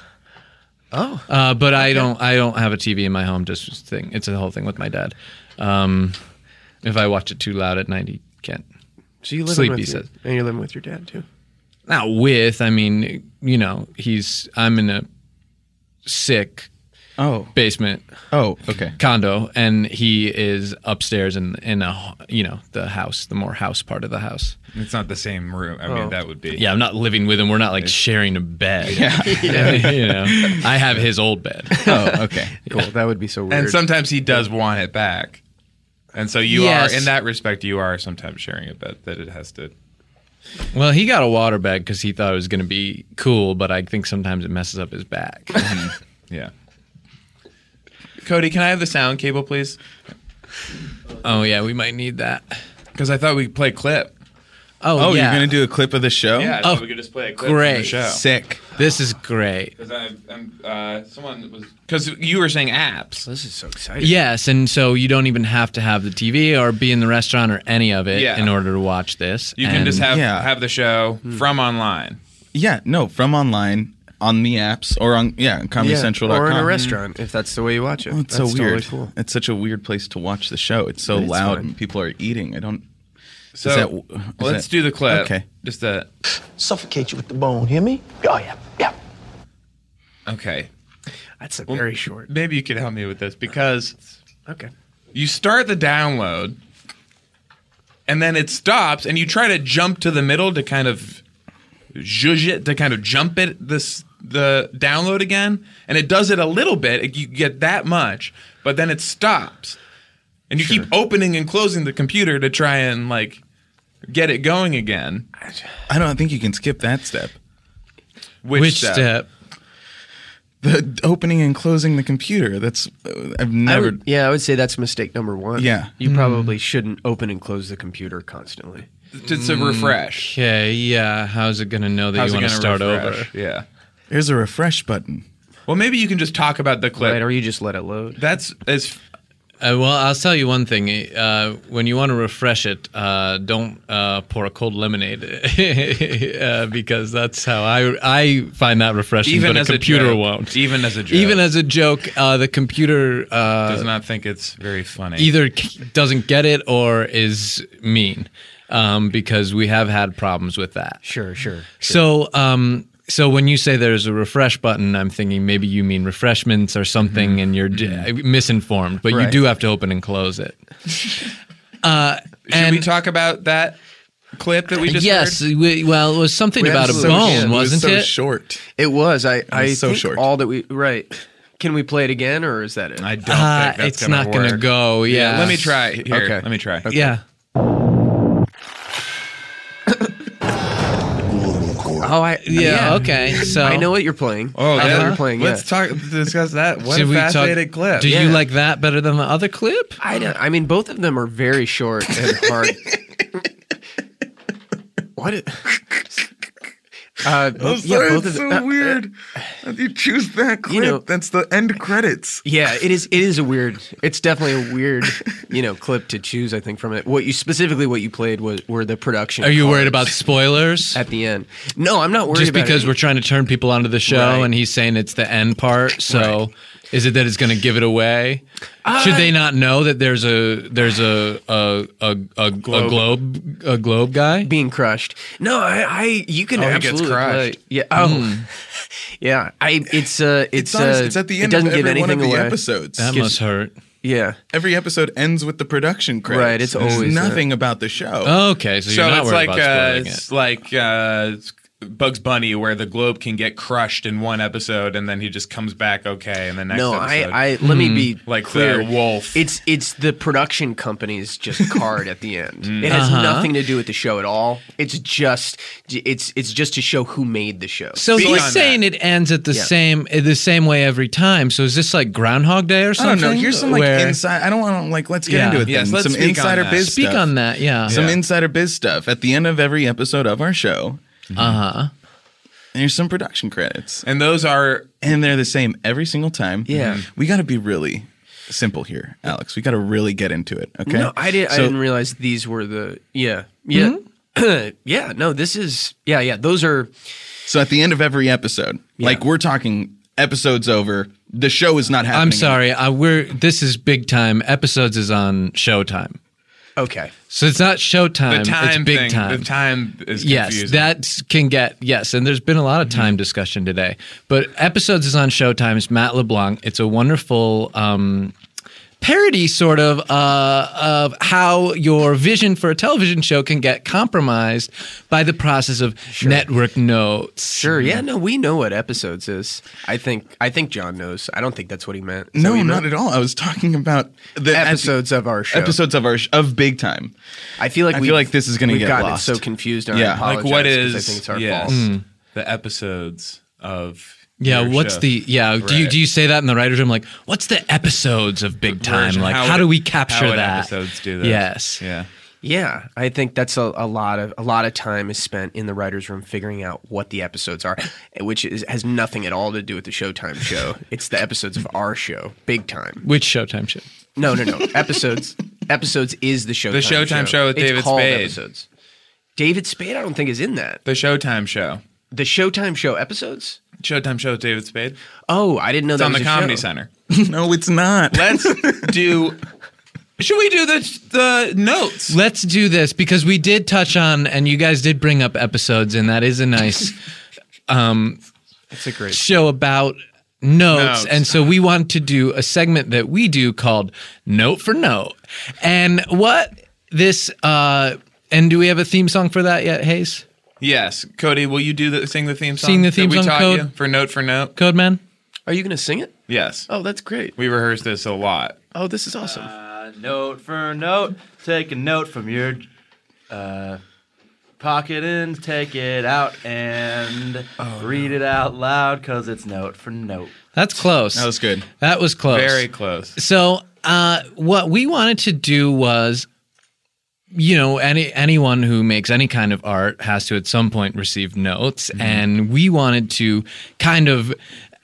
Speaker 4: Oh,
Speaker 1: Uh, but I don't. I don't have a TV in my home. Just thing. It's a whole thing with my dad. Um, if I watch it too loud at night, he can't.
Speaker 4: so you live
Speaker 1: sleepy
Speaker 4: with your-
Speaker 1: said.
Speaker 4: and you're living with your dad too.
Speaker 1: Not with. I mean, you know, he's. I'm in a sick
Speaker 5: Oh.
Speaker 1: basement
Speaker 5: Oh, okay.
Speaker 1: condo, and he is upstairs in in a you know the house, the more house part of the house.
Speaker 2: It's not the same room. I mean, that would be.
Speaker 1: Yeah, I'm not living with him. We're not like sharing a bed. Yeah. you know, I have his old bed.
Speaker 5: Oh, okay.
Speaker 4: Cool. That would be so weird.
Speaker 2: And sometimes he does want it back. And so you
Speaker 1: Yes.
Speaker 2: are, in that respect, you are sometimes sharing a bet that it has to.
Speaker 1: Well, he got a water bag because he thought it was going to be cool, but I think sometimes it messes up his back.
Speaker 2: Yeah. Cody, can I have the sound cable, please?
Speaker 1: oh yeah, we might need that.
Speaker 2: Because I thought we'd play a clip.
Speaker 1: Oh,
Speaker 5: Oh,
Speaker 1: yeah.
Speaker 5: you're going to do a clip of the show? Oh,
Speaker 2: Yeah, I thought
Speaker 1: Oh,
Speaker 2: we could just play a clip from the
Speaker 1: great.
Speaker 2: show.
Speaker 5: Sick.
Speaker 1: This is great.
Speaker 2: Because I'm, I'm uh, someone was because you were saying apps.
Speaker 4: this is so exciting.
Speaker 1: Yes, and so you don't even have to have the TV or be in the restaurant or any of it
Speaker 2: Yeah.
Speaker 1: in order to watch this.
Speaker 2: You can
Speaker 1: And-
Speaker 2: just have
Speaker 5: yeah.
Speaker 2: have the show from online.
Speaker 5: Yeah, no, from online on the apps or on yeah, on
Speaker 4: Yeah,
Speaker 5: comedycentral.com.
Speaker 4: or in a restaurant if that's the way you watch it.
Speaker 5: Well, Oh, it's
Speaker 4: that's
Speaker 5: so weird.
Speaker 4: Totally cool.
Speaker 5: It's such a weird place to watch the show. It's so
Speaker 4: But it's
Speaker 5: loud
Speaker 4: fun.
Speaker 5: and people are eating. I don't.
Speaker 2: So
Speaker 5: that- is
Speaker 2: let's
Speaker 5: that-
Speaker 2: do the clip.
Speaker 5: okay.
Speaker 2: Just the
Speaker 7: suffocate you with the bone. Hear me? Oh yeah, yeah.
Speaker 2: okay.
Speaker 4: That's a very short.
Speaker 2: Maybe you could help me with this because
Speaker 4: Okay.
Speaker 2: you start the download and then it stops and you try to jump to the middle to kind of zhuzh it to kind of jump it this the download again and it does it a little bit you get that much but then it stops and you keep opening and closing the computer to try and like get it going again
Speaker 5: I don't think you can skip that step.
Speaker 2: which,
Speaker 1: which step?
Speaker 5: The opening and closing the computer. That's uh, I've
Speaker 4: I
Speaker 5: never.
Speaker 4: would, yeah, I would say that's mistake number one.
Speaker 5: Yeah.
Speaker 4: You probably shouldn't open and close the computer constantly.
Speaker 2: just a refresh
Speaker 1: Okay, yeah. How's it going to know Mm. that
Speaker 2: How's
Speaker 1: you
Speaker 2: it
Speaker 1: want to
Speaker 2: gonna
Speaker 1: start
Speaker 2: refresh?
Speaker 1: over?
Speaker 2: yeah
Speaker 5: There's a refresh button.
Speaker 2: well maybe you can just talk about the clip
Speaker 4: Right, or you just let it load.
Speaker 2: that's as
Speaker 1: Uh, well, I'll tell you one thing. Uh, when you want to refresh it, uh, don't uh, pour a cold lemonade uh, because that's how I I find that refreshing.
Speaker 2: even
Speaker 1: but
Speaker 2: as
Speaker 1: a computer
Speaker 2: a joke,
Speaker 1: won't.
Speaker 2: even as a joke
Speaker 1: Even as a joke, uh, the computer uh,
Speaker 2: does not think it's very funny.
Speaker 1: either k- doesn't get it or is mean um, because we have had problems with that.
Speaker 4: Sure, sure.
Speaker 1: So, um, so when you say there's a refresh button, I'm thinking maybe you mean refreshments or something,
Speaker 2: Mm-hmm.
Speaker 1: and you're j- misinformed. But you
Speaker 4: Right.
Speaker 1: do have to open and close it. Uh,
Speaker 2: Should
Speaker 1: and
Speaker 2: we talk about that clip that we just
Speaker 1: yes,
Speaker 2: heard?
Speaker 1: we, well, it was something
Speaker 4: We
Speaker 1: about a
Speaker 4: have so-
Speaker 1: bone,
Speaker 4: yeah, it
Speaker 1: wasn't
Speaker 5: so
Speaker 1: it?
Speaker 5: short.
Speaker 4: It was. I, I
Speaker 5: so
Speaker 4: think
Speaker 5: short.
Speaker 4: all that we right. Can we play it again or is that it?
Speaker 2: I don't
Speaker 1: Uh,
Speaker 2: think that's
Speaker 1: it's not going to
Speaker 2: work.
Speaker 1: go. Yeah.
Speaker 2: Let me try. Here,
Speaker 4: Okay.
Speaker 2: let me try.
Speaker 1: Yeah.
Speaker 4: oh, I
Speaker 1: Yeah. Okay. So
Speaker 4: I know what you're playing.
Speaker 2: Oh,
Speaker 4: I know
Speaker 2: yeah.
Speaker 4: what you're playing.
Speaker 2: Let's
Speaker 4: yeah.
Speaker 2: talk. Discuss that. What
Speaker 1: Did
Speaker 2: a
Speaker 1: we talk-
Speaker 2: fascinating clip.
Speaker 1: Do you
Speaker 4: Yeah.
Speaker 1: like that better than the other clip?
Speaker 4: I don't. I mean, both of them are very short and hard. what? It, uh, both- yeah, both of them. uh,
Speaker 5: weird. you choose that clip.
Speaker 4: know-
Speaker 5: that's the end credits.
Speaker 4: yeah, it is. It is a weird. It's definitely a weird, you know, clip to choose. I think from it. What you specifically what you played was were the production.
Speaker 1: Are you worried about
Speaker 4: cards
Speaker 1: spoilers?
Speaker 4: at the end? No, I'm not worried.
Speaker 1: Just
Speaker 4: about
Speaker 1: because
Speaker 4: it.
Speaker 1: we're trying to turn people onto the show
Speaker 4: Right.
Speaker 1: and he's saying it's the end part, so is it that it's going to give it away? Should they not know that there's a there's a a a, a, globe. a globe a globe guy?
Speaker 4: being crushed. No, I, I you can
Speaker 1: Oh,
Speaker 2: he gets
Speaker 4: absolutely
Speaker 2: crushed.
Speaker 4: play- Yeah. Oh.
Speaker 1: Hmm.
Speaker 4: Yeah. I it's uh it's,
Speaker 5: It's, honest,
Speaker 4: uh,
Speaker 5: it's at the
Speaker 4: it
Speaker 5: end of
Speaker 4: doesn't give
Speaker 5: every one
Speaker 4: anything
Speaker 5: of the
Speaker 4: away.
Speaker 5: episodes.
Speaker 1: That must hurt.
Speaker 4: Yeah.
Speaker 5: every episode ends with the production credits.
Speaker 4: Right, it's
Speaker 5: There's
Speaker 4: always that.
Speaker 1: Oh,
Speaker 5: nothing about the show.
Speaker 1: Okay, so, you're
Speaker 2: so
Speaker 1: not
Speaker 2: it's
Speaker 1: worried
Speaker 2: like
Speaker 1: about
Speaker 2: uh,
Speaker 1: spoiling
Speaker 2: it's like uh, Bugs Bunny where the globe can get crushed in one episode and then he just comes back okay and the next
Speaker 4: No, I,
Speaker 2: episode.
Speaker 4: I let me be
Speaker 2: Like the
Speaker 4: clear.
Speaker 2: wolf.
Speaker 4: It's it's the production company's just card at the end.
Speaker 5: Hmm.
Speaker 4: It has nothing to do with the show at all. It's just it's it's just to show who made the show.
Speaker 1: So
Speaker 2: Speaking
Speaker 1: he's
Speaker 2: on
Speaker 1: saying it ends at the
Speaker 4: Yeah.
Speaker 1: same eh, the same way every time. So is this like Groundhog Day or
Speaker 5: I don't
Speaker 1: something?
Speaker 5: know. Here's some like
Speaker 1: Where-
Speaker 5: inside. I don't want to like. Let's get
Speaker 1: Yeah.
Speaker 5: into it.
Speaker 2: Yes,
Speaker 5: then.
Speaker 2: let's
Speaker 5: some
Speaker 2: speak on
Speaker 5: insider
Speaker 2: that.
Speaker 5: biz.
Speaker 1: Speak
Speaker 5: stuff.
Speaker 1: on that, yeah.
Speaker 5: Some
Speaker 2: Yeah.
Speaker 5: insider biz stuff at the end of every episode of our show.
Speaker 1: Uh huh.
Speaker 5: And here's some production credits,
Speaker 2: and those are
Speaker 5: and they're the same every single time.
Speaker 4: Yeah.
Speaker 5: we got to be really simple here, Alex. We got to really get into it. Okay.
Speaker 4: No, I did. I
Speaker 5: So-
Speaker 4: didn't realize these were the yeah yeah yeah. No, this is yeah yeah. Those are
Speaker 5: So at the end of every episode, like we're talking episodes over, the show is not happening.
Speaker 1: I'm sorry. I, we're this is big time. Episodes is on Showtime,
Speaker 4: okay.
Speaker 1: so it's not Showtime.
Speaker 2: the time
Speaker 1: it's big
Speaker 2: thing.
Speaker 1: time.
Speaker 2: The time is confusing.
Speaker 1: Yes, that can get yes, and there's been a lot of
Speaker 2: Mm-hmm.
Speaker 1: time discussion today. But episodes is on Showtime. It's Matt LeBlanc. It's a wonderful um, parody, sort of, uh, of how your vision for a television show can get compromised by the process of network notes.
Speaker 4: Sure. Yeah. No, we know what episodes is. I think. I think John knows. I don't think that's what he meant.
Speaker 5: No, not at all. I was talking about the at the-
Speaker 4: Episodes of our show.
Speaker 5: Episodes of our sh- of big time.
Speaker 4: I feel like
Speaker 5: I
Speaker 4: we've-
Speaker 5: feel like this is gonna
Speaker 4: we've
Speaker 5: get
Speaker 4: gotten it
Speaker 5: lost.
Speaker 4: so confused. And
Speaker 5: Yeah. Hmm.
Speaker 4: yeah. I
Speaker 2: like what
Speaker 4: apologize 'cause
Speaker 2: is
Speaker 4: I think it's our
Speaker 2: yes,
Speaker 4: fault.
Speaker 2: the episodes of
Speaker 1: Mm. Yeah,
Speaker 2: your
Speaker 1: what's
Speaker 2: show.
Speaker 1: the yeah? Do you
Speaker 2: Right.
Speaker 1: do you say that in the writers' room? Like, what's the episodes of Big Time?
Speaker 2: version?
Speaker 1: Like,
Speaker 2: How
Speaker 1: how,
Speaker 2: would-
Speaker 1: do we
Speaker 2: how
Speaker 1: capture
Speaker 2: would
Speaker 1: that?
Speaker 2: episodes do this?
Speaker 1: Yes.
Speaker 2: yeah
Speaker 4: Yeah, I think that's a, a lot of a lot of time is spent in the writers' room figuring out what the episodes are, which is, has nothing at all to do with the Showtime show. it's the episodes of our show, big time.
Speaker 1: Which Showtime show?
Speaker 4: No, no, no. episodes, episodes is the Showtime.
Speaker 2: Showtime show with
Speaker 4: It's
Speaker 2: David
Speaker 4: called
Speaker 2: Spade.
Speaker 4: Episodes. David Spade, I don't think is in that.
Speaker 2: the Showtime show.
Speaker 4: The Showtime show episodes.
Speaker 2: Showtime show with David Spade. It's
Speaker 4: Oh, I didn't know that
Speaker 2: on
Speaker 4: was
Speaker 2: the
Speaker 4: a
Speaker 2: Comedy
Speaker 4: show.
Speaker 2: Center.
Speaker 5: No, it's not.
Speaker 2: Let's do. Should we do the the notes?
Speaker 1: Let's do this because we did touch on, and you guys did bring up episodes, and that is a nice
Speaker 2: That's a great.
Speaker 1: show about notes.
Speaker 2: Notes.
Speaker 1: And so we want to do a segment that we do called Note for Note. And what this, uh, and do we have a theme song for that yet, Hayes?
Speaker 2: Yes, Cody, will you do the sing the theme song?
Speaker 1: Sing the
Speaker 2: that
Speaker 1: theme
Speaker 2: we
Speaker 1: song,
Speaker 2: taught
Speaker 1: Code.
Speaker 2: you for note for note.
Speaker 1: Code Man?
Speaker 4: Are you going to sing it?
Speaker 2: Yes,
Speaker 4: Oh, that's great.
Speaker 2: we rehearsed this a lot.
Speaker 4: Oh, this is awesome.
Speaker 6: Uh, note for note, take a note from your uh, pocket and take it out and read it out loud because it's note for note.
Speaker 1: That's close.
Speaker 5: That was good.
Speaker 1: That was close.
Speaker 2: Very close.
Speaker 1: So, uh, what we wanted to do was, you know, any anyone who makes any kind of art has to at some point receive notes, and we wanted to kind of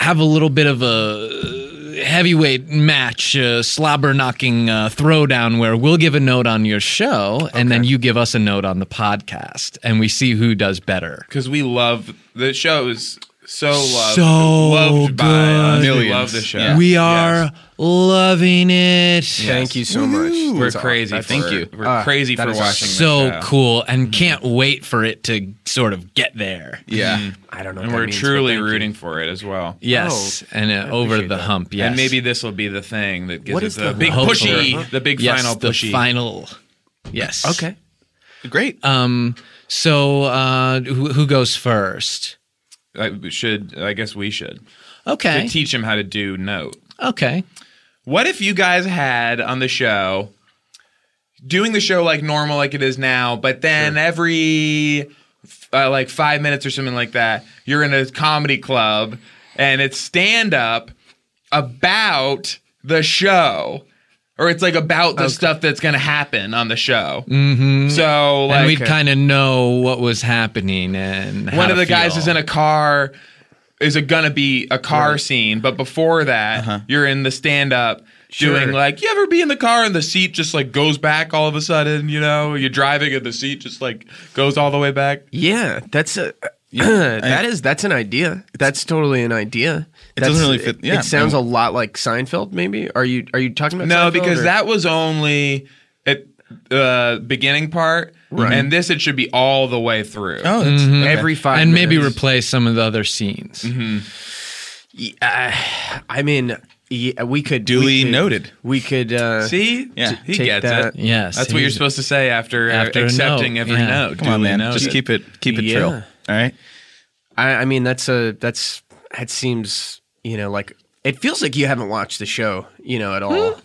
Speaker 1: have a little bit of a heavyweight match, uh, slobber knocking uh, throwdown where we'll give a note on your show, and then you give us a note on the podcast, and we see who does better.
Speaker 2: because we love the show is so loved,
Speaker 1: So
Speaker 2: loved by us. We
Speaker 5: good.
Speaker 2: love the show.
Speaker 5: Millions. Yeah.
Speaker 1: We are loving it.
Speaker 4: Thank you so much.
Speaker 2: We're
Speaker 4: That's aw-
Speaker 2: crazy.
Speaker 4: that's-
Speaker 2: for
Speaker 5: thank
Speaker 2: it.
Speaker 5: you.
Speaker 2: We're
Speaker 4: Ah,
Speaker 2: crazy
Speaker 4: that
Speaker 2: for
Speaker 4: is
Speaker 2: watching. the
Speaker 1: so
Speaker 2: show.
Speaker 1: cool and
Speaker 2: Mm-hmm.
Speaker 1: can't wait for it to sort of get there.
Speaker 5: Yeah.
Speaker 4: I don't know. what
Speaker 2: and
Speaker 4: that
Speaker 2: we're
Speaker 4: means, but
Speaker 2: truly
Speaker 4: thank you.
Speaker 2: rooting for it as well. Oh,
Speaker 1: Yes, and uh, over the hump. Yes,
Speaker 2: And maybe this will be the thing that gives
Speaker 4: What
Speaker 2: us
Speaker 4: is
Speaker 2: the
Speaker 4: the-
Speaker 2: big
Speaker 1: Hopefully.
Speaker 2: pushy, the big
Speaker 1: yes,
Speaker 2: final
Speaker 1: the
Speaker 2: pushy.
Speaker 1: final. Yes.
Speaker 4: Okay.
Speaker 5: Great.
Speaker 4: Uh,
Speaker 1: Um. So, uh, who, who goes first?
Speaker 2: I should I guess we should
Speaker 1: Okay.
Speaker 2: to teach him how to do note.
Speaker 1: okay.
Speaker 2: What if you guys had on the show doing the show like normal, like it is now, but then every f- uh, like five minutes or something like that, you're in a comedy club and it's stand up about the show. Or it's like about the stuff that's gonna happen on the show. Mm-hmm. So like
Speaker 1: And we'd kind of know what was happening and how
Speaker 2: one
Speaker 1: to
Speaker 2: of the guys
Speaker 1: feel.
Speaker 2: is in a car is it gonna be a car scene but before that you're in the stand-up doing like you ever be in the car and the seat just like goes back all of a sudden you know you're driving and the seat just like goes all the way back
Speaker 4: Yeah, that's a that is that's an idea. That's totally an idea. It that's,
Speaker 5: doesn't really fit-
Speaker 4: It,
Speaker 5: yeah.
Speaker 4: it sounds a lot like Seinfeld. Maybe are you are you talking about
Speaker 2: no
Speaker 4: Seinfeld,
Speaker 2: because
Speaker 4: or-
Speaker 2: that was only at the beginning part and this it should be all the way through
Speaker 5: Oh, that's,
Speaker 4: every five
Speaker 1: and maybe
Speaker 4: minutes.
Speaker 1: replace some of the other scenes.
Speaker 2: Mm-hmm.
Speaker 4: uh, I mean, yeah, we could we
Speaker 5: Duly
Speaker 4: could-
Speaker 5: noted.
Speaker 4: We could uh,
Speaker 2: see
Speaker 5: Yeah.
Speaker 2: he
Speaker 4: Take
Speaker 2: gets
Speaker 4: that.
Speaker 2: it
Speaker 1: Yes,
Speaker 2: that's what you're
Speaker 1: he's-
Speaker 2: supposed to say after,
Speaker 1: After a
Speaker 2: accepting
Speaker 1: note,
Speaker 2: every
Speaker 1: yeah.
Speaker 2: note
Speaker 5: come on,
Speaker 2: duly
Speaker 5: man.
Speaker 2: noted.
Speaker 5: Just keep it keep it
Speaker 4: Yeah.
Speaker 5: trill. All right.
Speaker 4: I, I mean, that's a that's that seems you know like it feels like you haven't watched the show you know at all.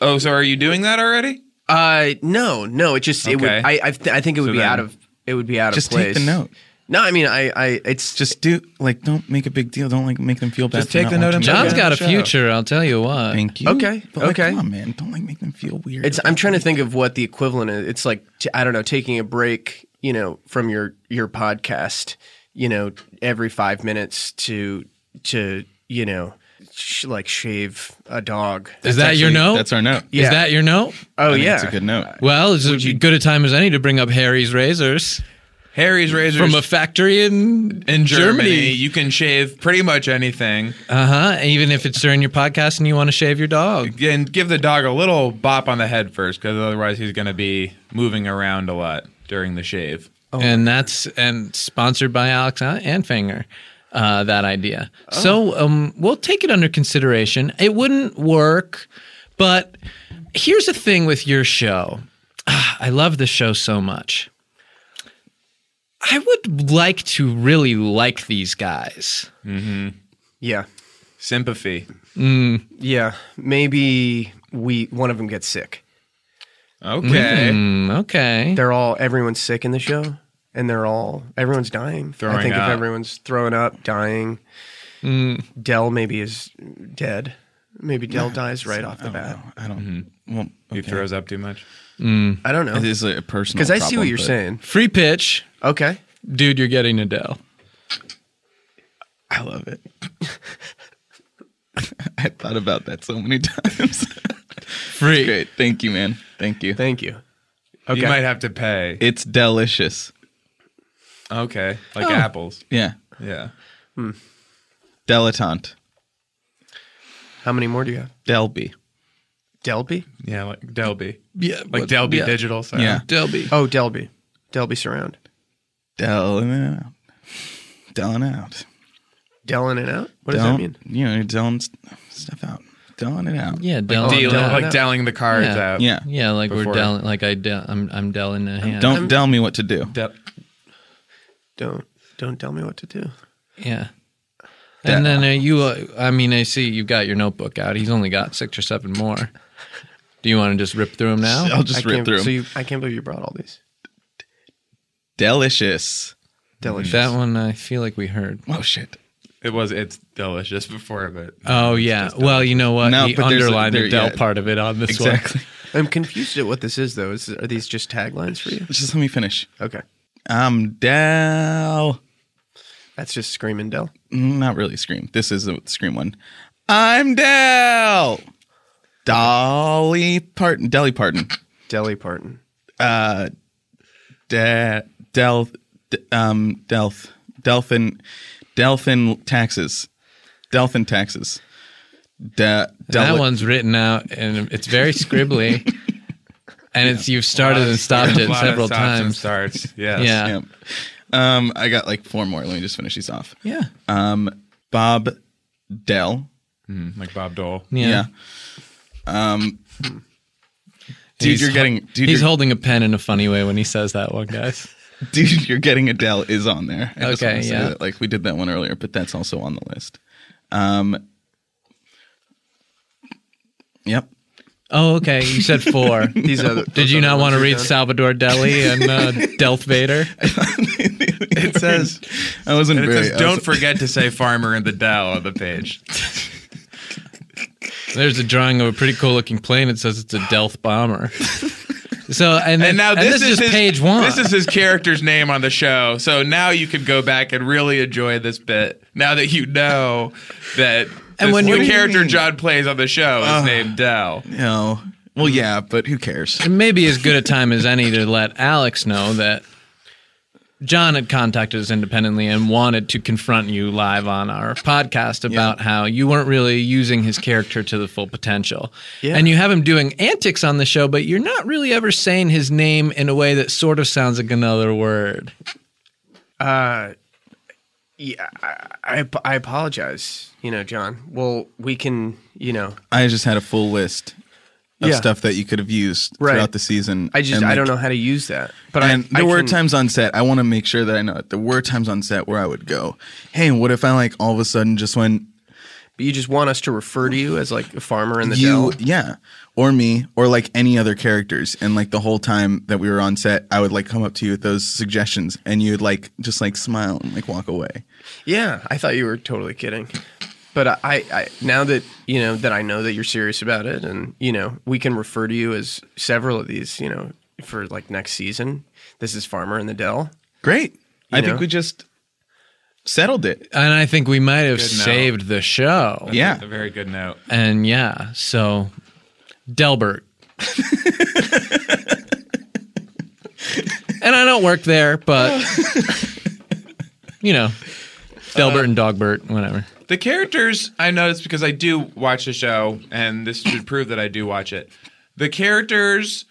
Speaker 2: Oh, so are you doing that already?
Speaker 4: Uh, no, no. It just it would.
Speaker 2: Okay.
Speaker 4: I I, th- I think it would
Speaker 2: So
Speaker 4: be
Speaker 2: then-
Speaker 4: out of it would be out
Speaker 5: Just
Speaker 4: of
Speaker 5: take
Speaker 4: place.
Speaker 5: the note.
Speaker 4: No, I mean I I it's
Speaker 5: Just do like don't make a big deal. Don't like make them feel bad.
Speaker 2: Just
Speaker 5: for
Speaker 2: take
Speaker 5: not
Speaker 2: the note
Speaker 5: watching
Speaker 2: and
Speaker 5: the
Speaker 1: John's
Speaker 2: take it.
Speaker 5: show.
Speaker 1: got a future, I'll tell you what.
Speaker 5: Thank you.
Speaker 4: Okay,
Speaker 5: But, like,
Speaker 4: okay.
Speaker 5: Come on, man. Don't like make them feel weird.
Speaker 4: it's um, I'm trying to think of what the equivalent is. It's like t- I don't know, taking a break, you know, from your your podcast, you know, every 5 minutes to to, you know, sh- like shave a dog.
Speaker 1: Is that your note?
Speaker 5: That's our note.
Speaker 1: Is
Speaker 4: Yeah.
Speaker 1: that your note?
Speaker 4: Oh yeah.
Speaker 5: That's a good note.
Speaker 1: Well, it's as good a time as any to bring up Harry's razors
Speaker 2: Harry's razors
Speaker 1: from a factory in
Speaker 2: in Germany, you can shave pretty much anything
Speaker 1: Uh huh. Even if it's during your podcast and you want to shave your dog.
Speaker 2: and give the dog a little bop on the head first because otherwise he's going to be moving around a lot during the shave.
Speaker 1: and that's and sponsored by Alex Anfinger. Uh, that idea. So um, we'll take it under consideration. It wouldn't work, but here's the thing with your show. Ah, I love this show so much. I would like to really like these guys.
Speaker 4: Yeah.
Speaker 2: Sympathy.
Speaker 4: Yeah. Maybe we one of them gets sick.
Speaker 2: Okay.
Speaker 1: Mm, okay.
Speaker 4: They're all everyone's sick in the show and they're all everyone's dying. I
Speaker 2: Throwing
Speaker 4: think
Speaker 2: up.
Speaker 4: if everyone's throwing up, dying.
Speaker 5: Mm.
Speaker 4: Dell maybe is dead. Maybe Dell dies right off the bat.
Speaker 5: I don't.
Speaker 4: Mm-hmm.
Speaker 5: Well,
Speaker 2: He
Speaker 5: okay.
Speaker 2: throws up too much.
Speaker 4: I don't know.
Speaker 5: It is a personal.
Speaker 4: Because I see what
Speaker 5: problem,
Speaker 4: you're
Speaker 5: but-
Speaker 4: saying.
Speaker 1: Free pitch,
Speaker 4: Okay.
Speaker 1: dude. You're getting Adele.
Speaker 5: I love it. I thought about that so many times.
Speaker 1: Free.
Speaker 5: Great. Thank you, man. Thank you.
Speaker 4: Thank you.
Speaker 2: You might have to pay.
Speaker 5: It's delicious.
Speaker 2: Okay. Like
Speaker 1: Oh.
Speaker 2: apples.
Speaker 5: Yeah.
Speaker 2: Yeah.
Speaker 5: Dilettante.
Speaker 4: How many more do you have?
Speaker 5: Delby.
Speaker 4: Delby?
Speaker 2: Yeah. Like Delby.
Speaker 1: Yeah,
Speaker 2: Like
Speaker 1: but-
Speaker 2: Delby
Speaker 1: yeah.
Speaker 2: Digital. So.
Speaker 5: Yeah.
Speaker 1: Delby.
Speaker 4: Oh, Delby. Delby Surround.
Speaker 5: Del out. Delling out.
Speaker 4: Delling it out? What does
Speaker 5: Del-
Speaker 4: that mean?
Speaker 5: You know, you're delling st- stuff out. Delling it out.
Speaker 1: Yeah, Oh, Del.
Speaker 2: Dealing,
Speaker 4: Del-
Speaker 2: like dealing the cards
Speaker 1: Yeah.
Speaker 2: out.
Speaker 5: Yeah.
Speaker 1: yeah, like we're
Speaker 2: Before-
Speaker 1: Del. Like I, Del, I'm, I'm Del in a hand.
Speaker 5: Don't tell me what to do.
Speaker 2: Del-
Speaker 4: Don't don't tell me what to do.
Speaker 1: Yeah.
Speaker 5: That-
Speaker 1: And then uh, you, uh, I mean, I see you've got your notebook out. He's only got six or seven more. Do you want to just rip through them now?
Speaker 5: I'll just
Speaker 4: I
Speaker 5: rip
Speaker 4: can't-
Speaker 5: through.
Speaker 4: So you,
Speaker 5: Mm-hmm.
Speaker 4: I can't believe you brought all these.
Speaker 5: delicious.
Speaker 4: Delicious.
Speaker 1: That one I feel like we heard.
Speaker 5: Oh shit.
Speaker 2: It was. It's delicious before, but
Speaker 1: Oh yeah. Well, you know what?
Speaker 5: No,
Speaker 1: he
Speaker 5: but there's a-
Speaker 1: underlined
Speaker 5: there-
Speaker 1: the Dell
Speaker 5: yeah.
Speaker 1: part of it on this
Speaker 5: Exactly.
Speaker 4: I'm confused at what this is though. Is are these just taglines for you?
Speaker 5: Just let me finish.
Speaker 4: Okay.
Speaker 5: I'm Del.
Speaker 4: That's just screaming Dell.
Speaker 5: Not really Scream. This is a Scream one. I'm Del. Dolly Parton. Dolly Parton.
Speaker 4: Deli Parton.
Speaker 5: Uh, De- Del. D- um. Delth. Delphin. Delphin taxes. Delphin taxes. De-
Speaker 1: one. That
Speaker 5: Del-
Speaker 1: one's written out and it's very scribbly. and it's you've started and stopped
Speaker 2: A
Speaker 1: it
Speaker 2: lot of
Speaker 1: several
Speaker 2: stops and
Speaker 1: times.
Speaker 2: starts. Yes.
Speaker 1: Yeah.
Speaker 5: Yep. Um. I got like four more. Let me just finish these off.
Speaker 1: Yeah.
Speaker 5: Um. Bob. Dell.
Speaker 2: Like Bob Dole.
Speaker 1: Yeah.
Speaker 5: Yeah. Um, dude,
Speaker 1: He's
Speaker 5: you're
Speaker 1: ho-
Speaker 5: getting dude,
Speaker 1: He's
Speaker 5: you're,
Speaker 1: holding a pen in a funny way when he says that one, guys.
Speaker 5: dude, you're getting Adele is on there. I just
Speaker 1: Okay,
Speaker 5: wanna say
Speaker 1: yeah.
Speaker 5: that, like we did that one earlier, but that's also on the list. Um, yep.
Speaker 1: Oh, okay. You said four.
Speaker 4: These other.
Speaker 1: Did you not want to read Salvador Deli and uh, Delth Vader?
Speaker 5: it says I wasn't
Speaker 2: And it
Speaker 5: very.
Speaker 2: says,
Speaker 5: I
Speaker 2: "Don't
Speaker 5: was-
Speaker 2: forget to say farmer in the Dell on the page."
Speaker 1: There's a drawing of a pretty cool looking plane. It says it's a Delph bomber. So and then,
Speaker 2: And now this, is
Speaker 1: just
Speaker 2: his,
Speaker 1: page one.
Speaker 2: This is his character's name on the show. So now you can go back and really enjoy this bit. Now that you know that
Speaker 1: And
Speaker 2: this-
Speaker 1: when
Speaker 2: the
Speaker 1: you-
Speaker 2: character John plays on the show is named Dell.
Speaker 5: No.
Speaker 4: Hmm.
Speaker 5: Well, yeah, but who cares?
Speaker 1: maybe as good a time as any to let Alex know that John had contacted us independently and wanted to confront you live on our podcast about how you weren't really using his character to the full potential.
Speaker 4: Yeah.
Speaker 1: And you have him doing antics on the show, but you're not really ever saying his name in a way that sort of sounds like another word.
Speaker 4: Yeah, I, I, ap- I apologize. You know, John. Well, we can. You know.
Speaker 5: I just had a full list. of
Speaker 4: Yeah.
Speaker 5: stuff that you could have used
Speaker 4: Right.
Speaker 5: throughout the season.
Speaker 4: I just
Speaker 5: And,
Speaker 4: I
Speaker 5: like,
Speaker 4: don't know how to use that. But
Speaker 5: and
Speaker 4: I, I
Speaker 5: there were
Speaker 4: can-
Speaker 5: times on set. I want to make sure that I know it. There were times on set where I would go, "Hey, what if I like all of a sudden just went
Speaker 4: But you just want us to refer to you as like a farmer in the
Speaker 5: you,
Speaker 4: dell.
Speaker 5: yeah, or me, or like any other characters?" And like the whole time that we were on set, I would like come up to you with those suggestions, and you'd like just like smile and like walk away.
Speaker 4: Yeah, I thought you were totally kidding. But I, I, I now that you know that I know that you're serious about it, and you know we can refer to you as several of these, you know, for like next season. This is Farmer in the Dell.
Speaker 5: Great. I
Speaker 4: know?
Speaker 5: think we just settled it.
Speaker 1: And I think we might have
Speaker 2: Good note.
Speaker 1: saved the show.
Speaker 5: Yeah.
Speaker 2: A very good note.
Speaker 1: And yeah, so Delbert. and I don't work there, but you know, Delbert and Dogbert, whatever.
Speaker 2: The characters, I noticed because I do watch the show, and this should prove that I do watch it. The characters,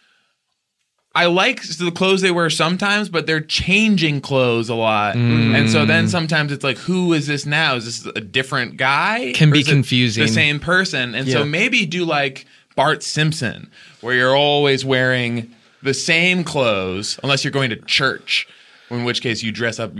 Speaker 2: I like the clothes they wear sometimes, but they're changing clothes a lot.
Speaker 1: Mm.
Speaker 2: And so then sometimes it's like, who is this now? Is this a different guy?
Speaker 1: Can
Speaker 2: Or
Speaker 1: be
Speaker 2: is it
Speaker 1: confusing.
Speaker 2: The same person. And so maybe do like Bart Simpson, where you're always wearing the same clothes, unless you're going to church. In which case you dress up,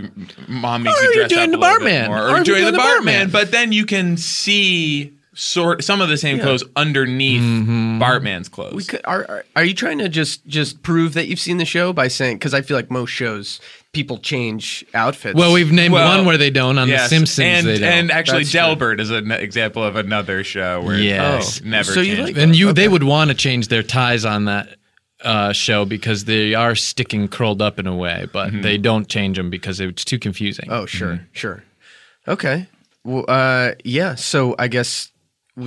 Speaker 2: mom makes
Speaker 1: Or
Speaker 2: you
Speaker 1: you're
Speaker 2: dress up
Speaker 1: doing
Speaker 2: a
Speaker 1: the
Speaker 2: little bit
Speaker 1: barman.
Speaker 2: more.
Speaker 1: Or
Speaker 2: Or
Speaker 1: if
Speaker 2: you're doing the
Speaker 1: barman.
Speaker 2: barman, but then you can see sort some of the same clothes underneath Bartman's clothes.
Speaker 4: We could, are, are are you trying to just just prove that you've seen the show by saying? Because I feel like most shows people change outfits.
Speaker 1: Well, we've named
Speaker 2: Well,
Speaker 1: one where they don't on
Speaker 2: Yes,
Speaker 1: The Simpsons.
Speaker 2: and
Speaker 1: they don't.
Speaker 2: and actually
Speaker 4: That's true.
Speaker 2: Delbert is an example of another show where
Speaker 1: Yes.
Speaker 2: it's never
Speaker 4: Oh. So you
Speaker 2: changed.
Speaker 4: like-
Speaker 1: And you, they would want to change their ties on that uh, show because they are sticking curled up in a way, but
Speaker 2: Mm-hmm.
Speaker 1: they don't change them because it's too confusing.
Speaker 4: Oh, sure, sure. Okay. Well, uh, yeah. So I guess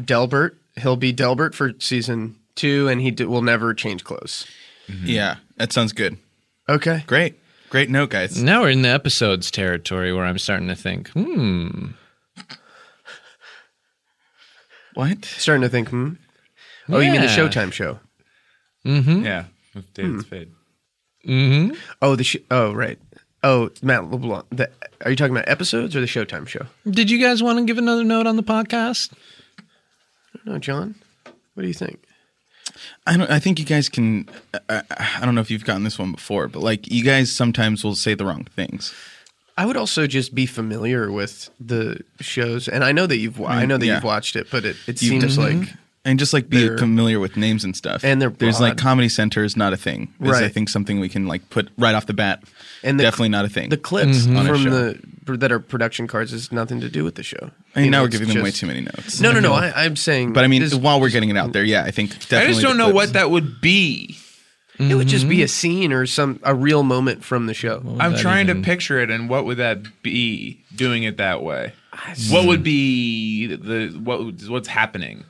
Speaker 4: Delbert, he'll be Delbert for season two, and he d- will never change clothes.
Speaker 5: Yeah. That sounds good.
Speaker 4: Okay.
Speaker 5: Great. Great note, guys.
Speaker 1: Now we're in the episodes territory where I'm starting to think, hmm,
Speaker 5: What?
Speaker 4: Starting to think. Hmm. Oh, you mean the
Speaker 1: Yeah.
Speaker 4: Showtime show? Hmm?
Speaker 2: yeah, with David Spade.
Speaker 4: Oh, the sh- oh right. Oh, Matt LeBlanc. The, are you talking about episodes or the Showtime show?
Speaker 1: did you guys want to give another note on the podcast?
Speaker 4: No, John. What do you think?
Speaker 5: I don't. I think you guys can. I, I I don't know if you've gotten this one before, but like you guys sometimes will say the wrong things.
Speaker 4: I would also just be familiar with the shows, and I know that you've. wa- I know that
Speaker 5: Mm, yeah.
Speaker 4: you've watched it, but it, it
Speaker 5: You've
Speaker 4: seems
Speaker 5: just-
Speaker 4: like
Speaker 5: and just like be
Speaker 4: They're-
Speaker 5: familiar with names and stuff.
Speaker 4: And they're
Speaker 5: there's like
Speaker 4: broad.
Speaker 5: comedy center is not a thing. Is I
Speaker 4: Right.
Speaker 5: think something we can like put right off the bat.
Speaker 4: And the-
Speaker 5: definitely not a thing.
Speaker 4: the clips
Speaker 5: Mm-hmm. On a
Speaker 4: from
Speaker 5: show.
Speaker 4: the that are production cards has nothing to do with the show.
Speaker 5: I mean,
Speaker 4: You
Speaker 5: now
Speaker 4: know,
Speaker 5: we're
Speaker 4: it's
Speaker 5: giving them way
Speaker 4: just-
Speaker 5: too many notes.
Speaker 4: No, no, no. I, I'm saying,
Speaker 5: But I mean,
Speaker 4: this-
Speaker 5: while we're getting it out there, yeah, I think
Speaker 2: I
Speaker 5: definitely.
Speaker 2: just don't
Speaker 5: the
Speaker 2: know what
Speaker 5: clips.
Speaker 2: that would be.
Speaker 4: it would just
Speaker 5: Mm-hmm.
Speaker 4: be a scene or some a real moment from the show.
Speaker 2: I'm trying to picture it, and what would that be? Doing it that way, what would be the what would- what's happening?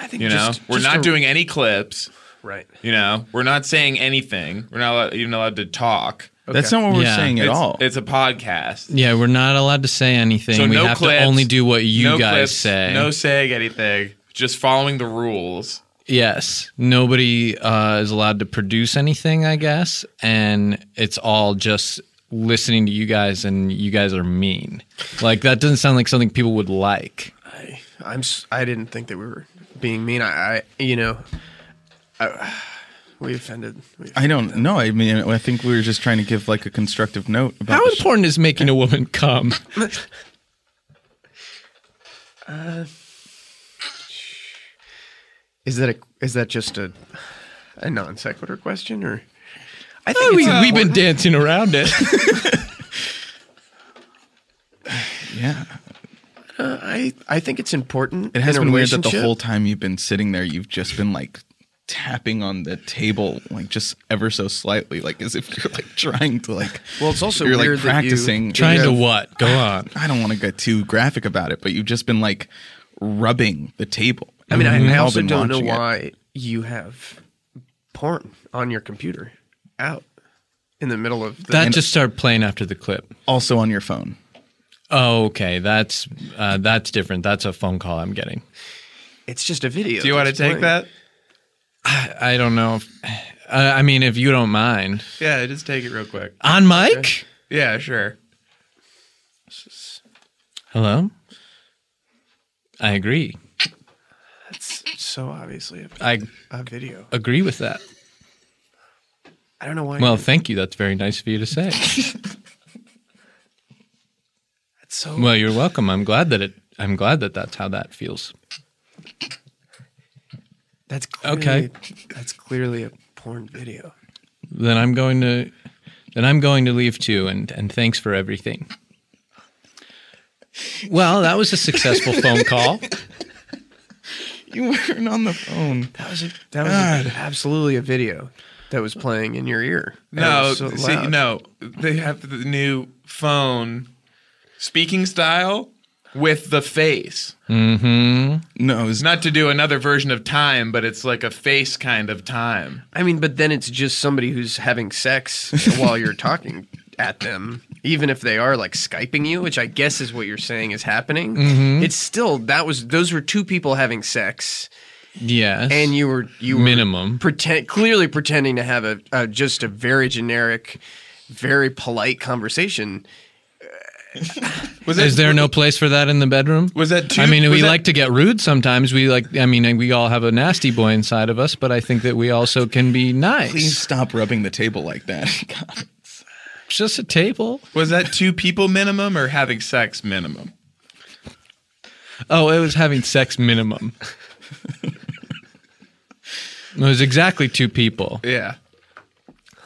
Speaker 4: I think
Speaker 2: You
Speaker 4: just-
Speaker 2: know, we're
Speaker 4: just
Speaker 2: not
Speaker 4: a-
Speaker 2: doing any clips.
Speaker 4: right.
Speaker 2: You know, we're not saying anything. We're not allowed, even allowed to talk
Speaker 5: That's not what we're
Speaker 1: Yeah.
Speaker 5: saying at
Speaker 2: it's,
Speaker 5: all.
Speaker 2: It's a podcast.
Speaker 1: Yeah, we're not allowed to say anything.
Speaker 2: So
Speaker 1: we
Speaker 2: no
Speaker 1: have
Speaker 2: clips,
Speaker 1: to only do what you
Speaker 2: no
Speaker 1: guys
Speaker 2: clips,
Speaker 1: say.
Speaker 2: No saying anything. Just following the rules.
Speaker 1: Yes, nobody uh, is allowed to produce anything, I guess, and it's all just listening to you guys, and you guys are mean. Like that doesn't sound like something people would like.
Speaker 4: I, I'm. s- I didn't think that we were being mean. I, I you know, I, we offended. We
Speaker 5: I don't know. I mean, I think we were just trying to give like a constructive note about
Speaker 1: How
Speaker 5: the show.
Speaker 1: important is making a woman come?
Speaker 4: Is that a is that just a a non sequitur question or? I think
Speaker 1: Oh, we,
Speaker 4: it's
Speaker 1: we've
Speaker 4: important.
Speaker 1: been dancing around it.
Speaker 5: Yeah,
Speaker 4: I I think it's important.
Speaker 5: it has
Speaker 4: in a
Speaker 5: been weird that the
Speaker 4: relationship.
Speaker 5: whole time you've been sitting there, you've just been like tapping on the table, like just ever so slightly, like as if you're like trying to like.
Speaker 4: Well, it's also
Speaker 5: you're
Speaker 4: weird
Speaker 5: like
Speaker 4: that you-
Speaker 5: practicing.
Speaker 1: Trying to
Speaker 4: Yeah.
Speaker 1: what? Go on.
Speaker 5: I don't want to get too graphic about it, but you've just been like rubbing the table.
Speaker 4: I mean, I,
Speaker 5: We've
Speaker 4: I
Speaker 5: all
Speaker 4: also
Speaker 5: been
Speaker 4: don't know
Speaker 5: watching it.
Speaker 4: why you have porn on your computer out in the middle of the.
Speaker 1: That just started playing after the clip.
Speaker 5: Also on your phone.
Speaker 1: Oh, okay, that's uh, that's different. That's a phone call I'm getting.
Speaker 4: it's just a video.
Speaker 2: Do you want to
Speaker 4: that's
Speaker 2: take
Speaker 4: playing.
Speaker 2: that?
Speaker 1: I don't know. If, I, I mean, if you don't mind,
Speaker 2: Yeah, just take it real quick.
Speaker 1: on mic.
Speaker 2: Yeah, sure.
Speaker 1: Hello. I agree.
Speaker 4: It's so obviously a,
Speaker 1: I
Speaker 4: a video.
Speaker 1: agree with that.
Speaker 4: I don't know why.
Speaker 1: Well, thank you. That's very nice of you to say.
Speaker 4: it's so
Speaker 1: well, you're welcome. I'm glad that it. I'm glad that that's how that feels.
Speaker 4: that's
Speaker 1: okay.
Speaker 4: clearly, That's clearly a porn video.
Speaker 1: Then I'm going to. Then I'm going to leave too. And and thanks for everything. Well, that was a successful phone call.
Speaker 5: You weren't on the phone.
Speaker 4: That was a, that was a, absolutely a video that was playing in your ear. And it
Speaker 2: No,
Speaker 4: was so
Speaker 2: see,
Speaker 4: loud.
Speaker 2: no, they have the new phone speaking style with the face.
Speaker 5: No, it's
Speaker 2: Not to do another version of time, but it's like a face kind of time.
Speaker 4: I mean, but then it's just somebody who's having sex while you're talking at them, even if they are like skyping you, which I guess is what you're saying is happening.
Speaker 2: Mm-hmm.
Speaker 4: It's still that was those were two people having sex,
Speaker 1: Yes.
Speaker 4: and you were you were
Speaker 1: Minimum.
Speaker 4: pretend clearly pretending to have a, a just a very generic, very polite conversation.
Speaker 2: Was
Speaker 1: Is there no place for that in the bedroom?
Speaker 2: Was that too?
Speaker 1: I mean,
Speaker 2: was
Speaker 1: we
Speaker 2: that-
Speaker 1: like to get rude sometimes. We like, I mean, we all have a nasty boy inside of us, but I think that we also can be nice.
Speaker 5: Please stop rubbing the table like that. God.
Speaker 1: It's just a table.
Speaker 2: Was that two people minimum or having sex minimum?
Speaker 1: Oh, it was having sex minimum. it was exactly two people,
Speaker 2: Yeah.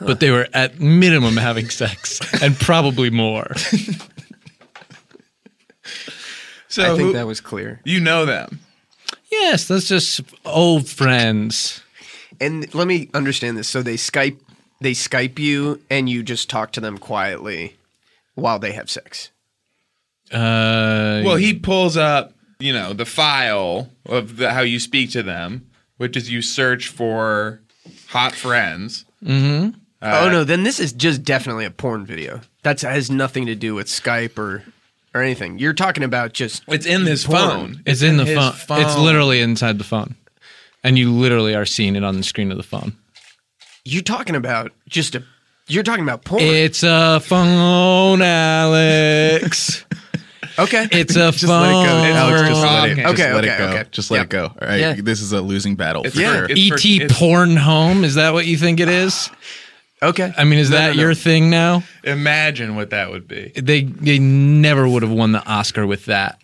Speaker 1: but they were at minimum having sex and probably more.
Speaker 2: So
Speaker 4: I think
Speaker 2: who-
Speaker 4: that was clear.
Speaker 2: you know them.
Speaker 1: yes, that's just old friends.
Speaker 4: And let me understand this. So they Skype they Skype you and you just talk to them quietly while they have sex.
Speaker 1: Uh,
Speaker 2: Well, he pulls up, you know, the file of the, how you speak to them, which is you search for hot friends.
Speaker 4: oh no, then this is just definitely a porn video. That has nothing to do with Skype or or anything. You're talking about just
Speaker 2: It's in his
Speaker 4: Porn.
Speaker 2: phone.
Speaker 1: it's in the
Speaker 2: his
Speaker 1: phone. It's
Speaker 2: phone.
Speaker 1: literally inside the phone, and you literally are seeing it on the screen of the phone.
Speaker 4: you're talking about just a you're talking about porn.
Speaker 1: It's a phone, Alex.
Speaker 4: okay.
Speaker 1: It's a
Speaker 5: Just let it go.
Speaker 1: phone.
Speaker 5: Alex, just let it,
Speaker 2: Okay.
Speaker 5: just
Speaker 4: Okay,
Speaker 5: let
Speaker 4: okay,
Speaker 5: it go.
Speaker 4: okay.
Speaker 5: Just let
Speaker 4: Yeah.
Speaker 5: it go. All right.
Speaker 4: Yeah.
Speaker 5: This is a losing battle for
Speaker 2: yeah.
Speaker 5: sure.
Speaker 1: E
Speaker 2: it's for-
Speaker 1: ET
Speaker 2: it's-
Speaker 1: porn home. Is that what you think it is?
Speaker 4: okay.
Speaker 1: I mean, is
Speaker 4: No,
Speaker 1: that
Speaker 4: no, no.
Speaker 1: your thing now?
Speaker 2: Imagine what that would be.
Speaker 1: They they never would have won the Oscar with that.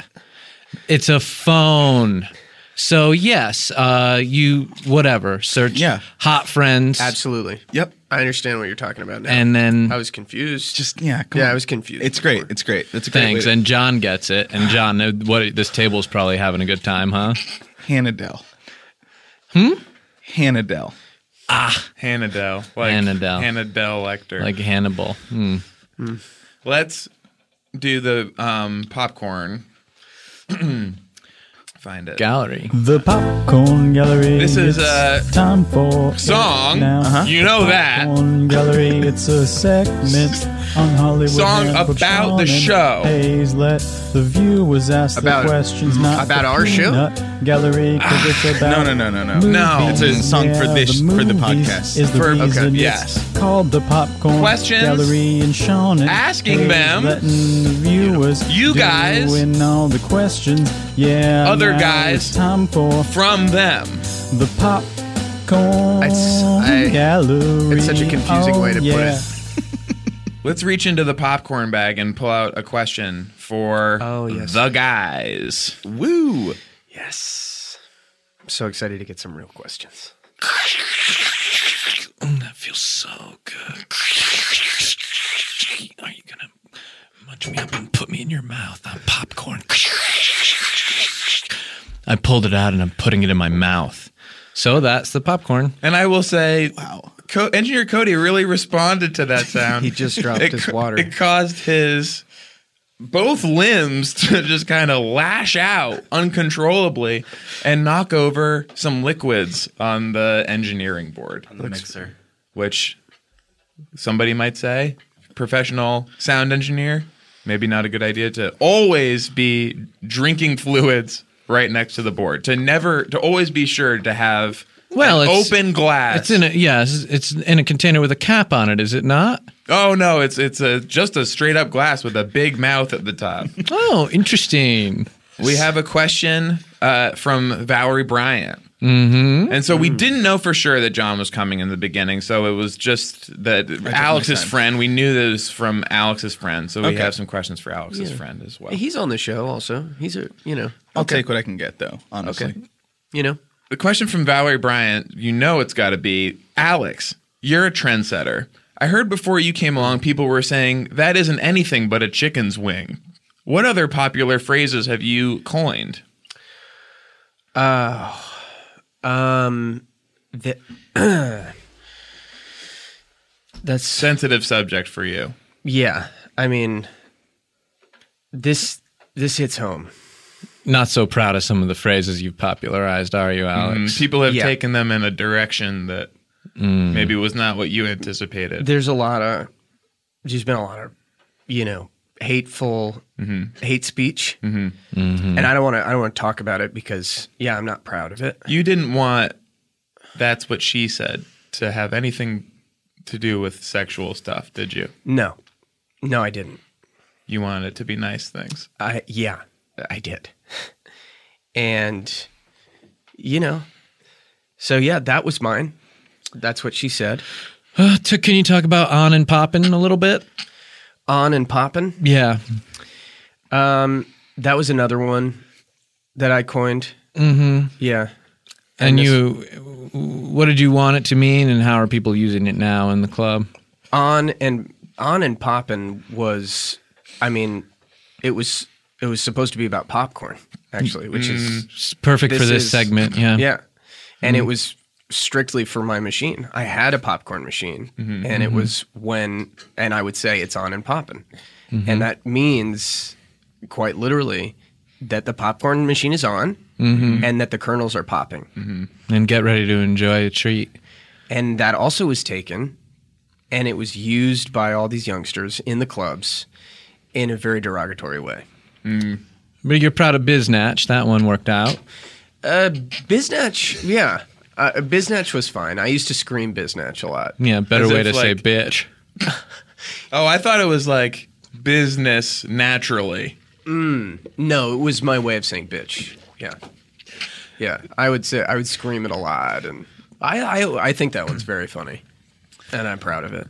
Speaker 1: It's a phone. So yes, uh, you whatever search
Speaker 5: Yeah.
Speaker 1: hot friends
Speaker 4: Absolutely.
Speaker 5: Yep.
Speaker 4: I understand what you're talking about now.
Speaker 1: and then
Speaker 4: I was confused.
Speaker 5: Just yeah. Come
Speaker 4: Yeah,
Speaker 5: on.
Speaker 4: I was confused
Speaker 5: It's great. It's great. That's a great
Speaker 1: things
Speaker 5: way to-
Speaker 1: and John gets it and John uh, what this table's probably having a good time, huh?
Speaker 5: Hannah Dell. Hmm. Hannah Dell.
Speaker 2: Hannah Dell. Like
Speaker 1: Hannah Dell.
Speaker 2: Hannah Dell Lecter.
Speaker 1: Like Hannibal. Hmm.
Speaker 2: Let's do the um, popcorn. Find it.
Speaker 1: Gallery.
Speaker 8: The Popcorn Gallery.
Speaker 2: This is
Speaker 8: it's
Speaker 2: a
Speaker 8: time for
Speaker 2: song. Uh-huh.
Speaker 8: it now.
Speaker 1: Uh-huh.
Speaker 2: You know that.
Speaker 8: Popcorn Gallery. It's a segment on Hollywood.
Speaker 2: Song
Speaker 8: Handbook.
Speaker 2: about the
Speaker 8: Sean and
Speaker 2: show.
Speaker 8: Hayes let the viewers ask
Speaker 4: About-
Speaker 8: the questions, not
Speaker 4: about
Speaker 8: the
Speaker 4: our show?
Speaker 8: peanut Gallery, 'cause it's
Speaker 5: No,
Speaker 8: about
Speaker 5: no, no, no, no.
Speaker 2: Ah, No.
Speaker 5: It's a song for this for the podcast.
Speaker 8: Is the
Speaker 2: For- okay,
Speaker 8: reason
Speaker 2: yes.
Speaker 8: it's called the popcorn
Speaker 2: Questions,
Speaker 8: gallery and Sean and
Speaker 2: asking
Speaker 8: Hayes
Speaker 2: them,
Speaker 8: letting the viewers
Speaker 2: you guys,
Speaker 8: doing all the questions yeah
Speaker 2: other
Speaker 8: now
Speaker 2: guys,
Speaker 8: it's time for
Speaker 2: From them.
Speaker 8: the popcorn
Speaker 4: It's- I-
Speaker 8: gallery
Speaker 4: it's such a confusing
Speaker 8: Oh,
Speaker 4: way to put
Speaker 8: yeah.
Speaker 4: it.
Speaker 2: Let's reach into the popcorn bag and pull out a question for
Speaker 4: Oh, yes.
Speaker 2: the guys.
Speaker 5: Woo.
Speaker 4: Yes. I'm so excited to get some real questions.
Speaker 1: That feels so good. Are you gonna munch me up and put me in your mouth? I'm popcorn. I pulled it out and I'm putting it in my mouth. So that's the popcorn.
Speaker 2: And I will say, wow. Co- Engineer Cody really responded to that sound.
Speaker 4: He just dropped
Speaker 2: it,
Speaker 4: his
Speaker 2: ca-
Speaker 4: water.
Speaker 2: It caused his both limbs to just kind of lash out uncontrollably and knock over some liquids on the engineering board,
Speaker 6: The mixer.
Speaker 2: which somebody might say, professional sound engineer, maybe not a good idea to always be drinking fluids right next to the board. To never, to always be sure to have
Speaker 1: Well,
Speaker 2: an
Speaker 1: it's-
Speaker 2: open glass.
Speaker 1: It's in a yes. It's in a container with a cap on it. Is it not?
Speaker 2: Oh no, it's it's a just a straight up glass with a big mouth at the top.
Speaker 1: Oh, interesting.
Speaker 2: we have a question uh, from Valerie Bryant.
Speaker 5: Mm-hmm.
Speaker 2: And so we didn't know for sure that John was coming in the beginning. So it was just that Alex's
Speaker 5: sense.
Speaker 2: friend. We knew that it was from Alex's friend. So we
Speaker 5: Okay.
Speaker 2: have some questions for Alex's friend as well.
Speaker 4: He's on the show also. He's a you know
Speaker 5: I'll take what I can get, though. Honestly,
Speaker 4: okay. You know.
Speaker 2: the question from Valerie Bryant, you know it's got to be Alex, you're a trendsetter. I heard before you came along, people were saying that isn't anything but a chicken's wing. What other popular phrases have you coined?
Speaker 4: Um the That's
Speaker 2: Sensitive subject for you.
Speaker 4: Yeah, I mean, this this hits home.
Speaker 1: Not so proud of some of the phrases you've popularized, are you, Alex?
Speaker 2: People have
Speaker 4: Yeah.
Speaker 2: taken them in a direction that maybe was not what you anticipated.
Speaker 4: There's a lot of, there's been a lot of, you know, hateful hate speech, and I don't want to. I don't want to talk about it because yeah, I'm not proud of it.
Speaker 2: you didn't want that's what she said to have anything to do with sexual stuff, did you?
Speaker 4: No, no, I didn't.
Speaker 2: You wanted it to be nice things.
Speaker 4: I yeah, I did, and you know, so yeah, that was mine. That's what she said.
Speaker 1: Uh, t- can you talk about on and popping a little bit?
Speaker 4: On and poppin'.
Speaker 1: Yeah.
Speaker 4: Um, that was another one that I coined. Mm-hmm. Yeah.
Speaker 1: And you, what did you want it to mean, and how are people using it now in the club?
Speaker 4: On and on and poppin' was, I mean, it was it was supposed to be about popcorn actually, which is
Speaker 1: It's perfect for
Speaker 4: This
Speaker 1: this
Speaker 4: is-
Speaker 1: segment. Yeah.
Speaker 4: yeah, and it was strictly for my machine. I had a popcorn machine, and it was when and I would say it's on and poppin', and that means quite literally that the popcorn machine is on and that the kernels are popping.
Speaker 1: And get ready to enjoy a treat.
Speaker 4: and that also was taken and it was used by all these youngsters in the clubs in a very derogatory way.
Speaker 1: But you're proud of Biznatch. That one worked out.
Speaker 4: Uh, biznatch, yeah. Uh, biznatch was fine. I used to scream biznatch a lot.
Speaker 1: Yeah. Better
Speaker 2: As
Speaker 1: way
Speaker 2: if,
Speaker 1: to say
Speaker 2: like-
Speaker 1: bitch.
Speaker 2: Oh, I thought it was like business naturally.
Speaker 4: No, it was my way of saying bitch. Yeah, yeah. I would say I would scream it a lot, and I I, I think that one's very funny, and I'm proud of it.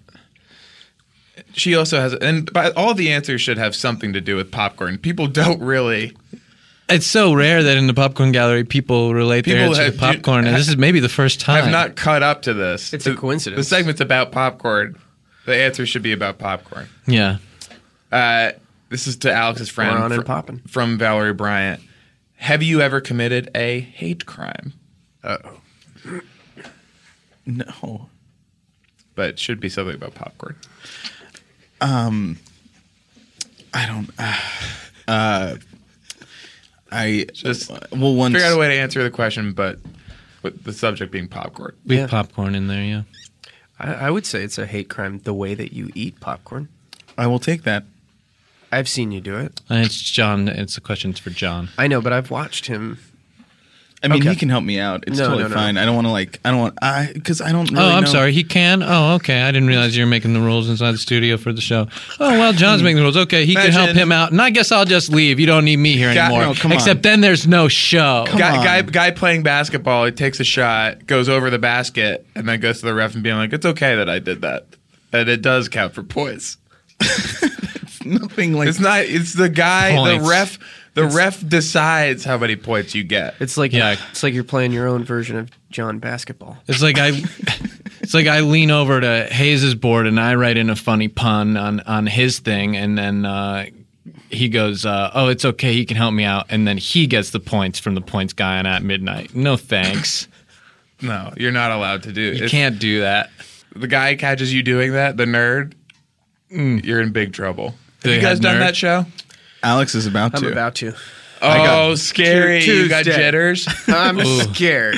Speaker 2: She also has, and but all the answers should have something to do with popcorn. People don't really.
Speaker 1: It's so rare that in the popcorn gallery people relate
Speaker 2: People
Speaker 1: their answer to
Speaker 2: have-
Speaker 1: popcorn, and this is maybe the first time.
Speaker 2: I've not caught up to this.
Speaker 4: It's a
Speaker 2: The-
Speaker 4: coincidence.
Speaker 2: The segment's about popcorn. The answer should be about popcorn.
Speaker 1: Yeah.
Speaker 2: Uh, this is to Alex's friend
Speaker 4: We're on and
Speaker 2: fr-
Speaker 4: poppin'.
Speaker 2: from Valerie Bryant. Have you ever committed a hate crime?
Speaker 4: Uh oh.
Speaker 5: no.
Speaker 2: But it should be something about popcorn.
Speaker 5: I don't. Uh, I uh,
Speaker 2: Just
Speaker 5: well once
Speaker 2: Figure out a way to answer the question, but with the subject being popcorn.
Speaker 1: With
Speaker 4: Yeah.
Speaker 1: popcorn in there. Yeah.
Speaker 4: I, I would say it's a hate crime the way that you eat popcorn.
Speaker 5: I will take that.
Speaker 4: I've seen you do it.
Speaker 1: And it's John. It's a question for John.
Speaker 4: I know, but I've watched him
Speaker 5: I mean,
Speaker 4: Okay.
Speaker 5: he can help me out. It's
Speaker 4: No,
Speaker 5: totally
Speaker 4: no, no.
Speaker 5: fine. I don't want to like. I don't want. I because I don't. Really
Speaker 1: oh, I'm
Speaker 5: know-
Speaker 1: sorry. He can. Oh, okay. I didn't realize you were making the rules inside the studio for the show. Oh, well,
Speaker 5: Mm.
Speaker 1: John's making the rules. Okay, he can help
Speaker 2: Imagine-
Speaker 1: him out, and I guess I'll just leave. You don't need me here
Speaker 2: God,
Speaker 1: anymore.
Speaker 5: no, come on.
Speaker 1: Except then there's no show.
Speaker 2: Guy,
Speaker 5: on.
Speaker 2: guy, guy playing basketball, he takes a shot, goes over the basket, and then goes to the ref and being like, "It's okay that I did that, and it does count for points."
Speaker 5: Nothing like.
Speaker 2: It's not. It's the guy.
Speaker 1: Points.
Speaker 2: The ref. The ref decides how many points you get.
Speaker 4: It's like
Speaker 1: Yeah.
Speaker 4: it's like you're playing your own version of John Basketball.
Speaker 1: It's like I. It's like I lean over to Hayes's board and I write in a funny pun on on his thing, and then uh, he goes, uh, "Oh, it's okay. He can help me out." And then he gets the points from the points guy on at midnight. No thanks.
Speaker 2: No, you're not allowed to do.
Speaker 1: You
Speaker 2: If
Speaker 1: can't do that.
Speaker 2: The guy catches you doing that. The nerd. You're in big trouble. Have
Speaker 1: Mm. They
Speaker 2: you guys
Speaker 1: had
Speaker 2: done
Speaker 1: nerd?
Speaker 2: that show?
Speaker 5: Alex is about
Speaker 4: I'm
Speaker 5: to.
Speaker 4: about to.
Speaker 2: Oh, scary! You got
Speaker 4: Tuesday.
Speaker 2: jitters.
Speaker 4: I'm scared.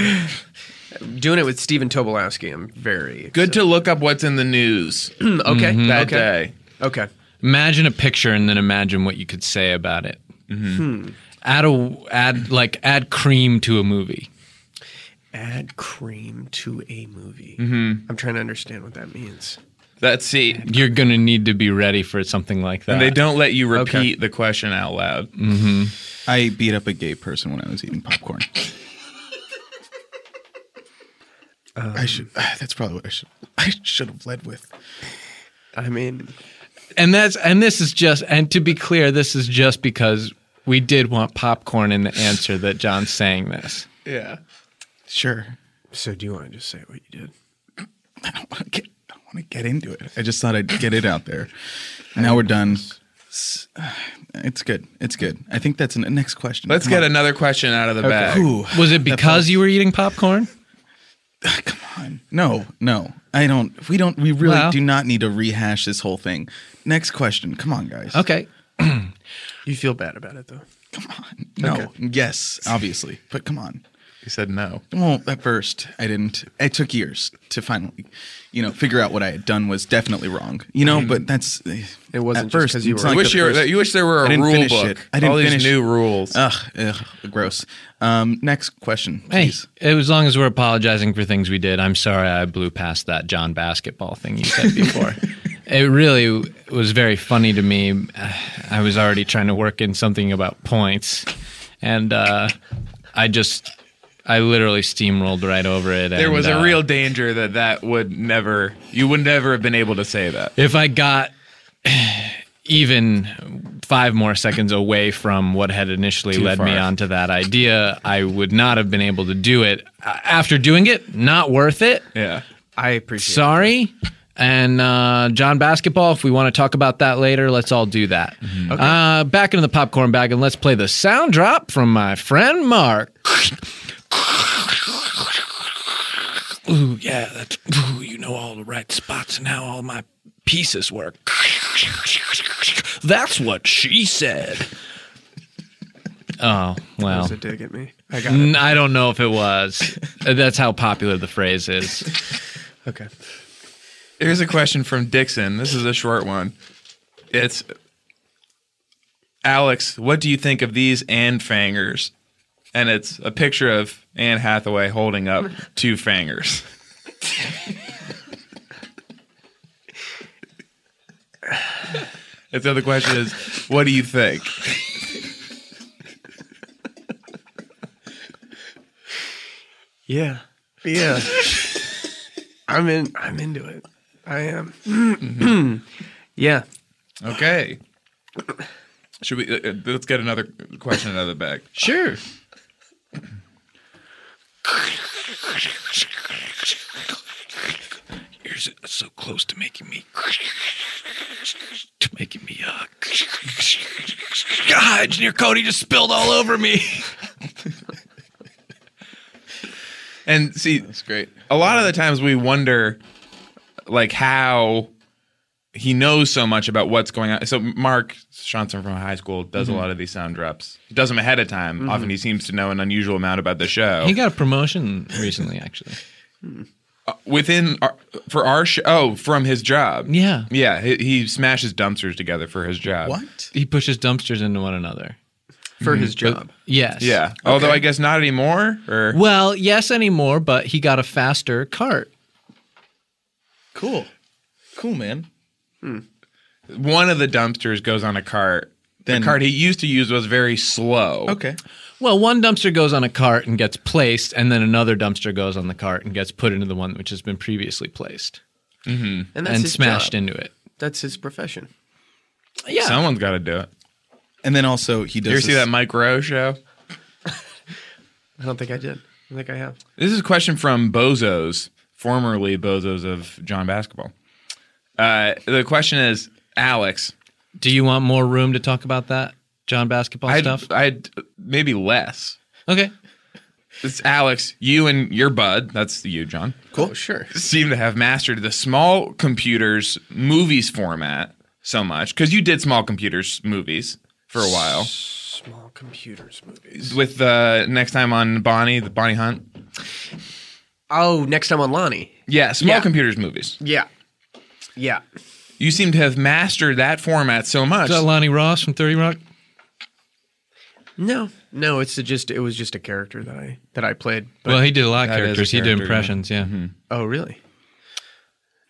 Speaker 4: Doing it with Steven Tobolowski. I'm very
Speaker 2: Good to look up what's in the news
Speaker 4: okay.
Speaker 2: that
Speaker 4: okay.
Speaker 2: day.
Speaker 4: Okay.
Speaker 1: imagine a picture and then imagine what you could say about it.
Speaker 2: Mm-hmm. Hmm.
Speaker 1: Add a add like add cream to a movie.
Speaker 4: Add cream to a movie. I'm trying to understand what that means.
Speaker 2: Let's see.
Speaker 1: You're gonna need to be ready for something like that.
Speaker 2: And they don't let you repeat the question out loud.
Speaker 5: I beat up a gay person when I was eating popcorn. I should. ah, That's probably what I should. I should have led with.
Speaker 4: I mean,
Speaker 1: and that's and this is just and to be clear, this is just because we did want popcorn in the answer that John's saying this.
Speaker 2: Yeah.
Speaker 5: Sure.
Speaker 4: so do you want to just say what you did?
Speaker 5: I don't want to get. I don't want to get into it. I just thought I'd get it out there. Now we're done. S- ah, It's good. It's good. I think that's an, next question.
Speaker 2: Let's
Speaker 5: Come
Speaker 2: get
Speaker 5: on.
Speaker 2: another question out of the bag.
Speaker 5: Ooh. Ah,
Speaker 1: Was it because you were eating popcorn?
Speaker 5: Come on. No, no. I don't. We don't. We really
Speaker 1: Well.
Speaker 5: do not need to rehash this whole thing. Next question. Come on,
Speaker 2: Oh,
Speaker 5: guys.
Speaker 1: Okay.
Speaker 4: You feel bad about it though.
Speaker 5: Come on. No. Yes, obviously. But come on.
Speaker 2: He said no.
Speaker 5: Well, at first, I didn't. It took years to finally, you know, figure out what I had done was definitely wrong. You know, but that's.
Speaker 4: Mm-hmm.
Speaker 5: eh,
Speaker 4: It wasn't just
Speaker 5: at first
Speaker 4: 'cause you
Speaker 5: it's
Speaker 4: were-
Speaker 5: not
Speaker 2: You
Speaker 4: Like
Speaker 5: like
Speaker 2: wish,
Speaker 5: the
Speaker 2: you, were,
Speaker 5: first-
Speaker 2: you wish there were
Speaker 5: I
Speaker 2: a
Speaker 5: didn't
Speaker 2: rule
Speaker 5: finish
Speaker 2: book.
Speaker 5: it. I didn't
Speaker 2: All these
Speaker 5: finish
Speaker 2: new
Speaker 5: it. Uh,
Speaker 2: rules.
Speaker 5: Ugh, ugh, gross. Um, next question,
Speaker 1: Hey,
Speaker 5: please.
Speaker 1: as long as we're apologizing for things we did, I'm sorry I blew past that John basketball thing you said before. it really was very funny to me. I was already trying to work in something about points, and uh, I just, I literally steamrolled right over it.
Speaker 2: there
Speaker 1: and,
Speaker 2: was a
Speaker 1: uh,
Speaker 2: real danger that that would never, you would never have been able to say that.
Speaker 1: if I got even five more seconds away from what had initially led me
Speaker 2: far.
Speaker 1: onto that idea, I would not have been able to do it. A- After doing it, not worth it.
Speaker 2: Yeah.
Speaker 4: I appreciate.
Speaker 1: Sorry. And uh, John Basketball, if we want to talk about that later, let's all do that. Uh, back into the popcorn bag and let's play the sound drop from my friend Mark. Ooh, yeah, that's, ooh, you know all the right spots and how all my pieces work. That's what she said. Oh,
Speaker 4: It
Speaker 1: well.
Speaker 4: was a dig at me. I got it.
Speaker 1: N- I don't know if it was. That's how popular the phrase is.
Speaker 4: Okay.
Speaker 2: Here's a question from Dixon. This is a short one. It's Alex, what do you think of these and fangers? And it's a picture of Anne Hathaway holding up two fangers. and so the question is, what do you think?
Speaker 4: Yeah. Yeah. I'm in. I'm into it. I am. yeah.
Speaker 2: Okay. Should we uh, uh, let's get another question out of the bag.
Speaker 1: Sure. Yours is so close to making me to making me uh God, engineer Cody just spilled all over me.
Speaker 2: And see, that's great. A lot of the times we wonder, like, how he knows so much about what's going on. So Mark Johnson from high school does a lot of these sound drops. He does them ahead of time. Often he seems to know an unusual amount about the show.
Speaker 1: He got a promotion recently, actually.
Speaker 2: Within our, for our show, oh, from his job.
Speaker 1: Yeah.
Speaker 2: yeah. He, he smashes dumpsters together for his job.
Speaker 5: What?
Speaker 1: He pushes dumpsters into one another.
Speaker 4: For his job.
Speaker 1: Yes.
Speaker 2: Yeah. Although I guess not anymore. Or
Speaker 1: Well, yes anymore, but he got a faster cart.
Speaker 5: Cool. Cool, man.
Speaker 2: one of the dumpsters goes on a cart.
Speaker 5: Then-
Speaker 2: the cart he used to use was very slow.
Speaker 5: Okay.
Speaker 1: Well, one dumpster goes on a cart and gets placed, and then another dumpster goes on the cart and gets put into the one which has been previously placed
Speaker 4: And
Speaker 1: and smashed
Speaker 4: in.
Speaker 1: into it.
Speaker 4: That's his profession.
Speaker 1: Yeah.
Speaker 2: Someone's got to do it.
Speaker 5: And then also he does.
Speaker 2: You ever see
Speaker 5: this-
Speaker 2: that Mike Rowe show?
Speaker 4: I don't think I did. I think I have.
Speaker 2: This is a question from Bozos, formerly Bozos of John Basketball. Uh, the question is, Alex,
Speaker 1: Do you want more room to talk about that, John basketball
Speaker 2: I'd,
Speaker 1: stuff?
Speaker 2: I'd maybe less.
Speaker 1: Okay.
Speaker 2: It's Alex, you and your bud, that's you, John,
Speaker 4: Cool. Oh, sure.
Speaker 2: seem to have mastered the small computers movies format so much because you did small computers movies for a while
Speaker 4: Small computers movies.
Speaker 2: with the next time on Bonnie, the Bonnie Hunt.
Speaker 4: Oh, next time on Lonnie.
Speaker 2: Yeah, small
Speaker 4: Yeah.
Speaker 2: computers movies.
Speaker 4: Yeah. Yeah.
Speaker 2: You seem to have mastered that format so much.
Speaker 1: Is that Lonnie Ross from 30 Rock?
Speaker 4: No. No, it's just it was just a character that I that I played. But,
Speaker 1: well, he did a lot of
Speaker 2: that is a
Speaker 1: characters. He did
Speaker 2: character, yeah. Mm-hmm.
Speaker 1: impressions, yeah.
Speaker 4: oh, really?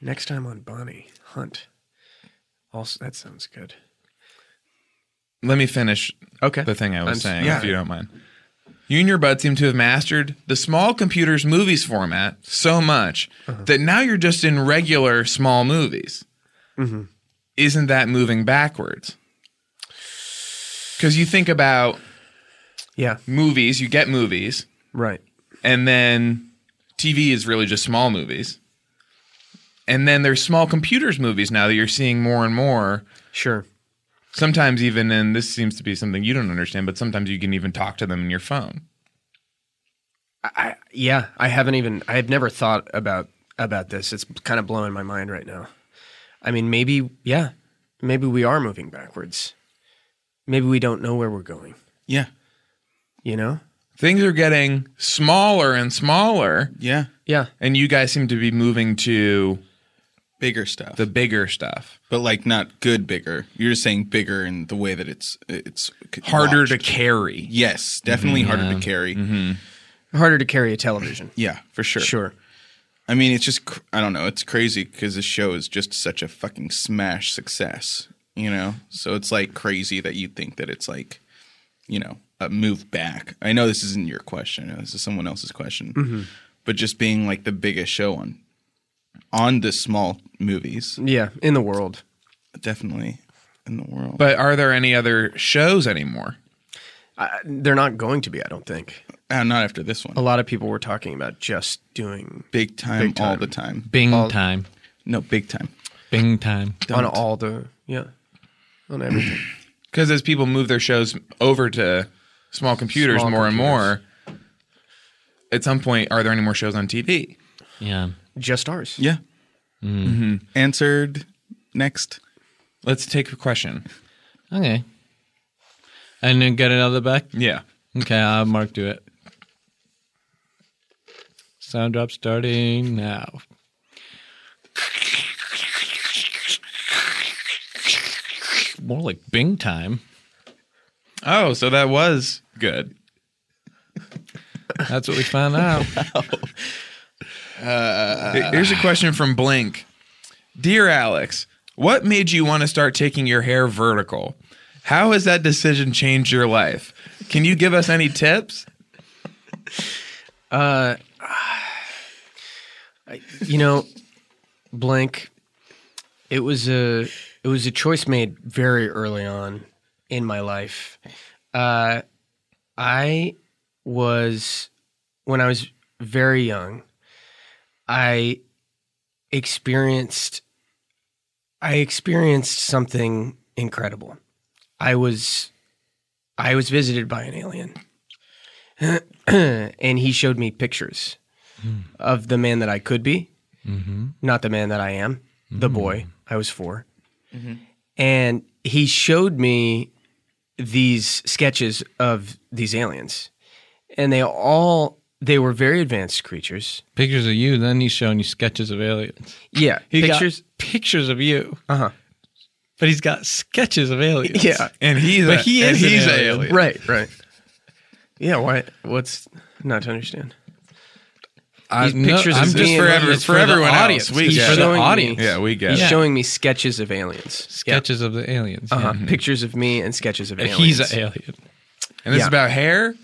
Speaker 4: Next time on Bonnie Hunt. Also, that sounds good.
Speaker 2: Let me finish
Speaker 4: Okay.
Speaker 2: the thing I was
Speaker 4: I'm s-
Speaker 2: saying,
Speaker 4: yeah.
Speaker 2: if you don't mind. You and your bud seem to have mastered the small computer's movies format so much
Speaker 4: Uh-huh.
Speaker 2: that now you're just in regular small movies.
Speaker 4: Mm-hmm.
Speaker 2: Isn't that moving backwards? Because you think about
Speaker 4: Yeah.
Speaker 2: movies, you get movies,
Speaker 4: Right.
Speaker 2: and then TV is really just small movies. And then there's small computers movies now that you're seeing more and more.
Speaker 4: Sure.
Speaker 2: Sometimes even, and this seems to be something you don't understand, but sometimes you can even talk to them in your phone.
Speaker 4: I, yeah, I haven't even I had never thought about about this. It's kind of blowing my mind right now. I mean, maybe yeah, maybe we are moving backwards. Maybe we don't know where we're going.
Speaker 5: Yeah.
Speaker 4: You know?
Speaker 2: Things are getting smaller and smaller,
Speaker 5: Yeah.
Speaker 4: Yeah.
Speaker 2: and you guys seem to be moving to
Speaker 5: Bigger stuff.
Speaker 2: the bigger stuff.
Speaker 5: but like not good bigger. You're just saying bigger in the way that it's it's c-
Speaker 2: Harder to
Speaker 5: watched.
Speaker 2: carry.
Speaker 5: Yes, definitely
Speaker 4: Mm-hmm.
Speaker 5: harder to carry.
Speaker 4: Harder to carry a television.
Speaker 5: Yeah, for sure.
Speaker 4: Sure.
Speaker 5: I mean, it's just cr- I don't know. It's crazy because this show is just such a fucking smash success. You know, so it's like crazy that you think that it's like, you know, a move back. I know this isn't your question. I know This is someone else's question.
Speaker 4: Mm-hmm.
Speaker 5: But just being like the biggest show on on the small movies,
Speaker 4: Yeah, in the world.
Speaker 5: definitely in the world.
Speaker 2: But are there any other shows anymore?
Speaker 4: I, they're not going to be, I don't think.
Speaker 5: Uh, not after this one.
Speaker 4: A lot of people were talking about just doing
Speaker 5: Big time,
Speaker 4: Oh, Big
Speaker 5: all
Speaker 4: time.
Speaker 5: the time.
Speaker 1: Bing time.
Speaker 5: No, big time.
Speaker 1: Bing time.
Speaker 4: on all the yeah. On everything.
Speaker 2: Because as people move their shows over to small computers
Speaker 4: Small
Speaker 2: more
Speaker 4: computers.
Speaker 2: and more, at some point, are there any more shows on TV?
Speaker 1: Yeah.
Speaker 4: just ours.
Speaker 5: Yeah. Mm-hmm. Answered. Next.
Speaker 2: Let's take a question.
Speaker 1: Okay. And then get another back.
Speaker 2: Yeah.
Speaker 1: Okay, I'll have Mark do it. Sound drop starting now. More like Bing time.
Speaker 2: Oh, so that was good.
Speaker 1: That's what we found out.
Speaker 2: Here's a question from Blink. Dear Alex, what made you want to start taking your hair vertical? How has that decision changed your life? Can you give us any tips?
Speaker 4: you know, blank. It was a it was a choice made very early on in my life. Uh, I was when I was very young. I experienced I experienced something incredible. I was I was visited by an alien. and he showed me pictures of the man that I could be, not the man that I am,
Speaker 1: Mm.
Speaker 4: the boy I was 4 And he showed me these sketches of these aliens. And they all they were very advanced creatures.
Speaker 1: pictures of you, then he's showing you sketches of aliens.
Speaker 4: Yeah,
Speaker 1: He got
Speaker 4: pictures.
Speaker 1: pictures of you,
Speaker 4: Uh-huh.
Speaker 1: but he's got sketches of aliens.
Speaker 4: Yeah.
Speaker 2: And he's
Speaker 1: But
Speaker 2: a,
Speaker 1: he
Speaker 2: and
Speaker 1: is an
Speaker 2: he's a
Speaker 1: alien.
Speaker 2: alien.
Speaker 4: Right, right. Yeah, why what's not to understand?
Speaker 1: I-
Speaker 4: These pictures
Speaker 1: I'm
Speaker 4: of
Speaker 1: just
Speaker 4: being-
Speaker 2: for every-
Speaker 1: it's
Speaker 2: for
Speaker 1: the
Speaker 2: everyone else.
Speaker 1: audience.
Speaker 2: We
Speaker 1: It's
Speaker 2: get
Speaker 1: for
Speaker 2: it.
Speaker 1: the
Speaker 4: Showing me-
Speaker 1: audience.
Speaker 2: Yeah, we get
Speaker 4: He's
Speaker 2: it.
Speaker 4: showing me sketches of aliens.
Speaker 1: Sketches of the aliens.
Speaker 4: Yeah. Uh-huh.
Speaker 1: yeah.
Speaker 4: Pictures of me and sketches of
Speaker 1: And
Speaker 4: aliens.
Speaker 1: Mm-hmm. He's an alien.
Speaker 2: And this
Speaker 4: Yeah.
Speaker 2: is about hair?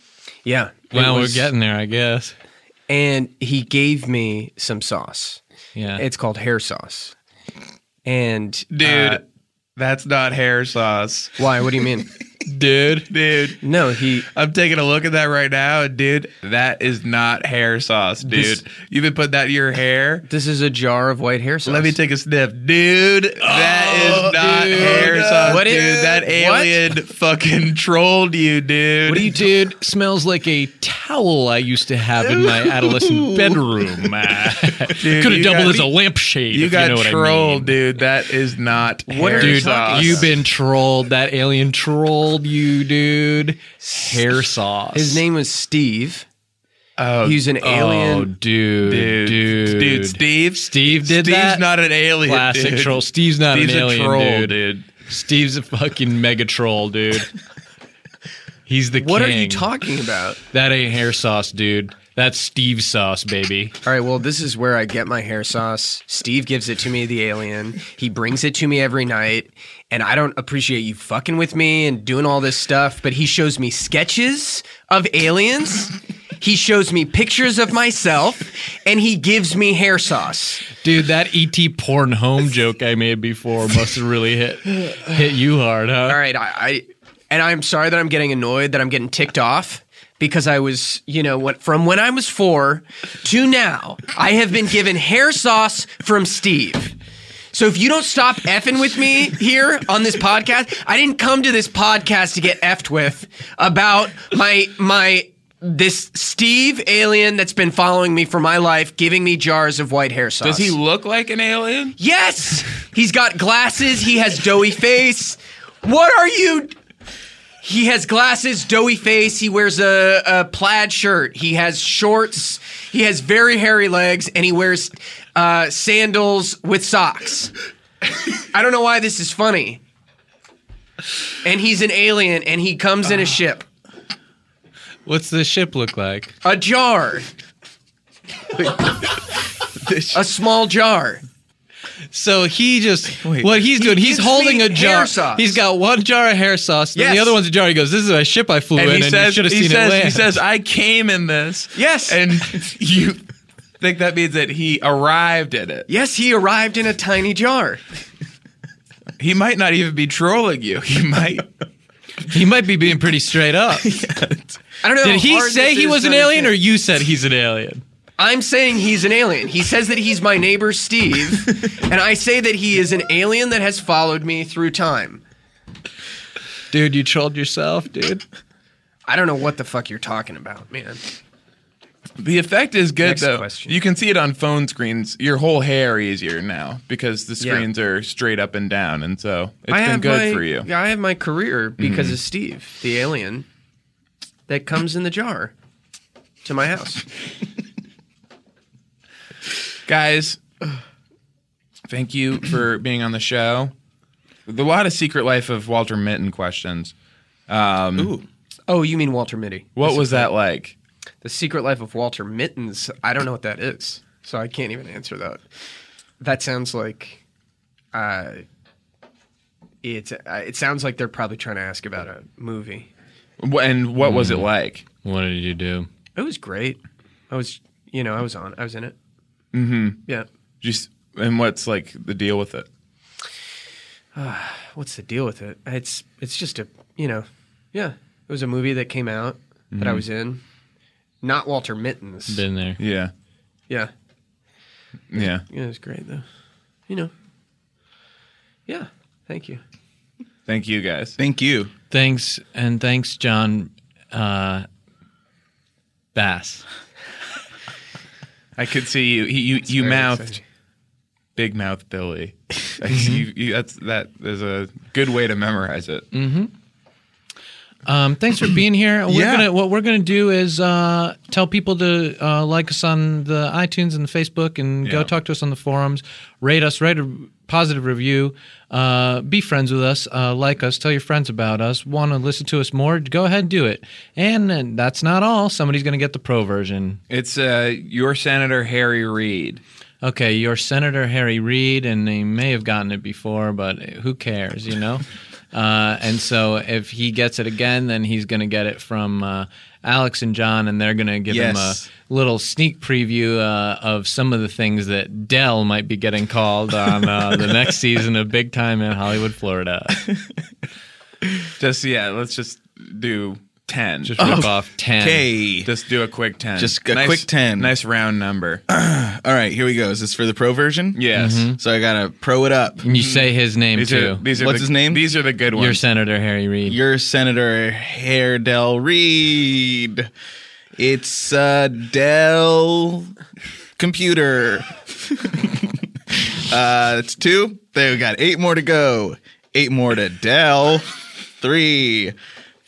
Speaker 4: Yeah. it
Speaker 1: Well,
Speaker 4: was-
Speaker 1: we're getting there, I guess.
Speaker 4: and he gave me some sauce.
Speaker 1: Yeah.
Speaker 4: It's called hair sauce. And
Speaker 2: Dude,
Speaker 4: uh,
Speaker 2: that's not hair sauce.
Speaker 4: why? What do you mean?
Speaker 2: Dude, dude.
Speaker 4: no, he.
Speaker 2: I'm taking a look at that right now, and dude, that is not hair sauce, dude.
Speaker 4: This-
Speaker 2: You've been putting that in your hair.
Speaker 4: This is a jar of white hair sauce.
Speaker 2: Let me take a sniff, dude. that
Speaker 1: Oh,
Speaker 2: is not
Speaker 4: dude.
Speaker 2: hair sauce,
Speaker 4: What
Speaker 2: dude.
Speaker 4: is-
Speaker 2: that
Speaker 4: what?
Speaker 2: alien fucking trolled you, dude.
Speaker 1: What do you, dude? Smells like a towel I used to have in my adolescent bedroom.
Speaker 2: Dude,
Speaker 1: Could have
Speaker 2: you
Speaker 1: doubled
Speaker 2: got-
Speaker 1: as a lampshade.
Speaker 2: You
Speaker 1: if
Speaker 2: got
Speaker 1: you know
Speaker 2: trolled,
Speaker 1: what I mean.
Speaker 2: dude. That is not
Speaker 4: are
Speaker 2: hair
Speaker 4: you
Speaker 1: Dude,
Speaker 2: sauce.
Speaker 1: you've been trolled. That alien trolled you, dude. Hair sauce.
Speaker 4: His name was Steve.
Speaker 2: oh,
Speaker 4: He's an
Speaker 1: Oh,
Speaker 4: alien.
Speaker 1: dude,
Speaker 2: dude,
Speaker 1: dude,
Speaker 2: dude, Steve,
Speaker 1: Steve did
Speaker 2: Steve's
Speaker 1: that?
Speaker 2: not an alien.
Speaker 1: Classic
Speaker 2: dude.
Speaker 1: troll. Steve's not
Speaker 2: Steve's
Speaker 1: an
Speaker 2: a
Speaker 1: alien,
Speaker 2: troll,
Speaker 1: dude.
Speaker 2: dude.
Speaker 1: Steve's a fucking mega troll, dude. He's the
Speaker 4: What
Speaker 1: king.
Speaker 4: are you talking about?
Speaker 1: That ain't hair sauce, dude. That's Steve's sauce, baby.
Speaker 4: All right, well, this is where I get my hair sauce. Steve gives it to me, the alien. He brings it to me every night, and I don't appreciate you fucking with me and doing all this stuff, but he shows me sketches of aliens. He shows me pictures of myself, and he gives me hair sauce.
Speaker 1: Dude, that ET porn home joke I made before must have really hit hit you hard, huh?
Speaker 4: All right, I, I and I'm sorry that I'm getting annoyed, that I'm getting ticked off because I was, you know, what from when I was 4 to now, I have been given hair sauce from Steve. So if you don't stop effing with me here on this podcast, I didn't come to this podcast to get effed with about my my this Steve alien that's been following me for my life, giving me jars of white hair sauce.
Speaker 2: Does he look like an alien?
Speaker 4: Yes, he's got glasses. He has doughy face. What are you? He has glasses, doughy face. He wears a, a plaid shirt. He has shorts. He has very hairy legs, and he wears uh, sandals with socks. I don't know why this is funny. And he's an alien, and he comes in a ship,
Speaker 1: What's the ship look like?
Speaker 4: a jar, a small jar.
Speaker 1: So he just
Speaker 5: Wait.
Speaker 1: what he's doing, he's
Speaker 4: gives
Speaker 1: holding
Speaker 4: me
Speaker 1: a jar.
Speaker 4: hair sauce.
Speaker 1: He's got one jar of hair sauce, and the
Speaker 4: Yes.
Speaker 1: other one's a jar. He goes, This is a ship I flew
Speaker 2: And
Speaker 1: in
Speaker 2: he
Speaker 1: and you
Speaker 2: says,
Speaker 1: should have
Speaker 2: he
Speaker 1: seen it
Speaker 2: says,
Speaker 1: land.
Speaker 2: he says, I came in this.
Speaker 4: Yes.
Speaker 2: And you think that means that he arrived at it.
Speaker 4: Yes, he arrived in a tiny jar.
Speaker 2: He might not even be trolling you. He might.
Speaker 1: he might be being pretty straight up.
Speaker 4: I don't know.
Speaker 1: Did
Speaker 4: how
Speaker 1: he
Speaker 4: hard
Speaker 1: say
Speaker 4: this
Speaker 1: he
Speaker 4: is
Speaker 1: was
Speaker 4: to
Speaker 1: an alien,
Speaker 4: understand.
Speaker 1: or you said he's an alien?
Speaker 4: I'm saying he's an alien. He says that he's my neighbor Steve, and I say that he is an alien that has followed me through time.
Speaker 1: Dude, you trolled yourself, dude.
Speaker 4: I don't know what the fuck you're talking about, man.
Speaker 2: The effect is good
Speaker 4: Next
Speaker 2: though.
Speaker 4: question.
Speaker 2: You can see it on phone screens. Your whole hair easier now because the
Speaker 4: Yeah.
Speaker 2: screens are straight up and down, and so it's
Speaker 4: I
Speaker 2: been
Speaker 4: have
Speaker 2: good
Speaker 4: my,
Speaker 2: for you.
Speaker 4: I have my career because
Speaker 1: Mm-hmm.
Speaker 4: of Steve, the alien that comes in the jar to my house.
Speaker 2: Guys, thank you for being on the show. A lot of Secret Life of Walter Mitten questions.
Speaker 4: Oh, you mean Walter Mitty?
Speaker 2: What was that like?
Speaker 4: The Secret Life of Walter Mittens. I don't know what that is, so I can't even answer that. That sounds like, uh, it's uh, it sounds like they're probably trying to ask about a movie.
Speaker 2: Wh- And what was it
Speaker 4: Hmm.
Speaker 2: like?
Speaker 1: What did you do?
Speaker 4: It was great. I was, you know, I was on. I was in it. Mm-hmm. Yeah.
Speaker 2: Just and what's like the deal with it?
Speaker 4: What's the deal with it? It's it's just a you know, yeah. It was a movie that came out that I was in. Not Walter Mittens.
Speaker 1: Been there.
Speaker 2: Yeah,
Speaker 4: Yeah.
Speaker 2: yeah.
Speaker 4: Yeah, it was great though. You know. Yeah. Thank you.
Speaker 2: Thank you guys.
Speaker 5: Thank you.
Speaker 1: Thanks, and thanks, John uh, Bass.
Speaker 2: I could see you. He, you you
Speaker 4: Very
Speaker 2: mouthed
Speaker 4: exciting.
Speaker 2: big mouth Billy. I see you, you, that's that is a good way to memorize it.
Speaker 5: Mm.
Speaker 1: Um, thanks for being here. We're
Speaker 5: Yeah.
Speaker 1: gonna, what we're going to do is uh, tell people to uh, like us on the iTunes and the Facebook and go
Speaker 2: Yeah.
Speaker 1: talk to us on the forums. Rate us, write a positive review, uh, be friends with us, uh, like us, tell your friends about us, want to listen to us more, go ahead and do it. And, and that's not all. Somebody's going to get the pro version.
Speaker 2: It's uh, your senator Harry Reid.
Speaker 1: Okay, your Senator Harry Reid, and he may have gotten it before, but who cares, you know? uh, and so if he gets it again, then he's going to get it from uh, Alex and John, and they're going to give
Speaker 5: Yes.
Speaker 1: him a little sneak preview uh, of some of the things that Dell might be getting called on uh, the next season of Big Time in Hollywood, Florida.
Speaker 2: Just yeah, let's just do ten.
Speaker 1: Just rip off 10.
Speaker 5: Hey.
Speaker 2: Just do a quick ten.
Speaker 5: Just a quick 10.
Speaker 2: Nice round number.
Speaker 5: All right, here we go. Is this for the pro version?
Speaker 2: Yes.
Speaker 5: So I gotta pro it up.
Speaker 1: And you say his name,
Speaker 2: These
Speaker 1: too.
Speaker 2: are, these are
Speaker 5: What's
Speaker 2: the-
Speaker 5: his name?
Speaker 2: These are the good ones.
Speaker 1: your Senator Harry Reid.
Speaker 5: Your Senator Hair Del Reed. It's uh, Dell computer. uh, it's two. There we got eight more to go. Eight more to Dell. Three.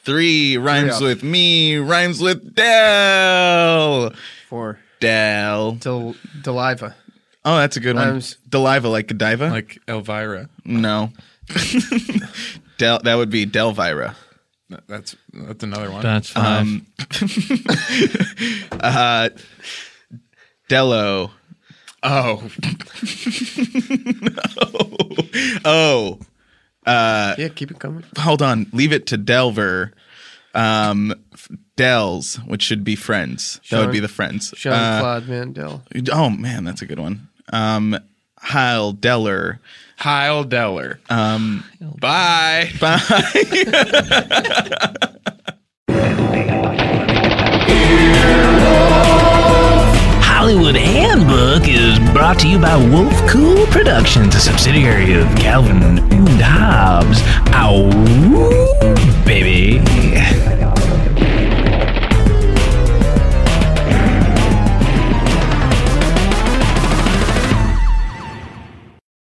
Speaker 5: Three rhymes
Speaker 4: Three
Speaker 5: with me. Rhymes with Dell.
Speaker 4: For
Speaker 5: Dell.
Speaker 4: Del Deliva.
Speaker 5: Oh, that's a good one.
Speaker 4: Rhymes-
Speaker 5: Deliva like Godiva.
Speaker 2: like Elvira.
Speaker 5: No. Del, that would be Delvira.
Speaker 2: That's that's another one.
Speaker 1: That's five.
Speaker 5: Um, uh, Dello.
Speaker 2: oh,
Speaker 5: Oh,
Speaker 4: yeah, keep it coming.
Speaker 5: hold on. Leave it to Delver. Um, f- Dells, which should be friends. That would be the friends.
Speaker 4: Jean
Speaker 5: Uh,
Speaker 4: Claude Mandel.
Speaker 5: oh man, that's a good one. Um, Heil Deller.
Speaker 2: Heil Deller. Um, bye.
Speaker 9: Hollywood Handbook is brought to you by Wolf Cool Productions, a subsidiary of Calvin and Hobbes. Ow.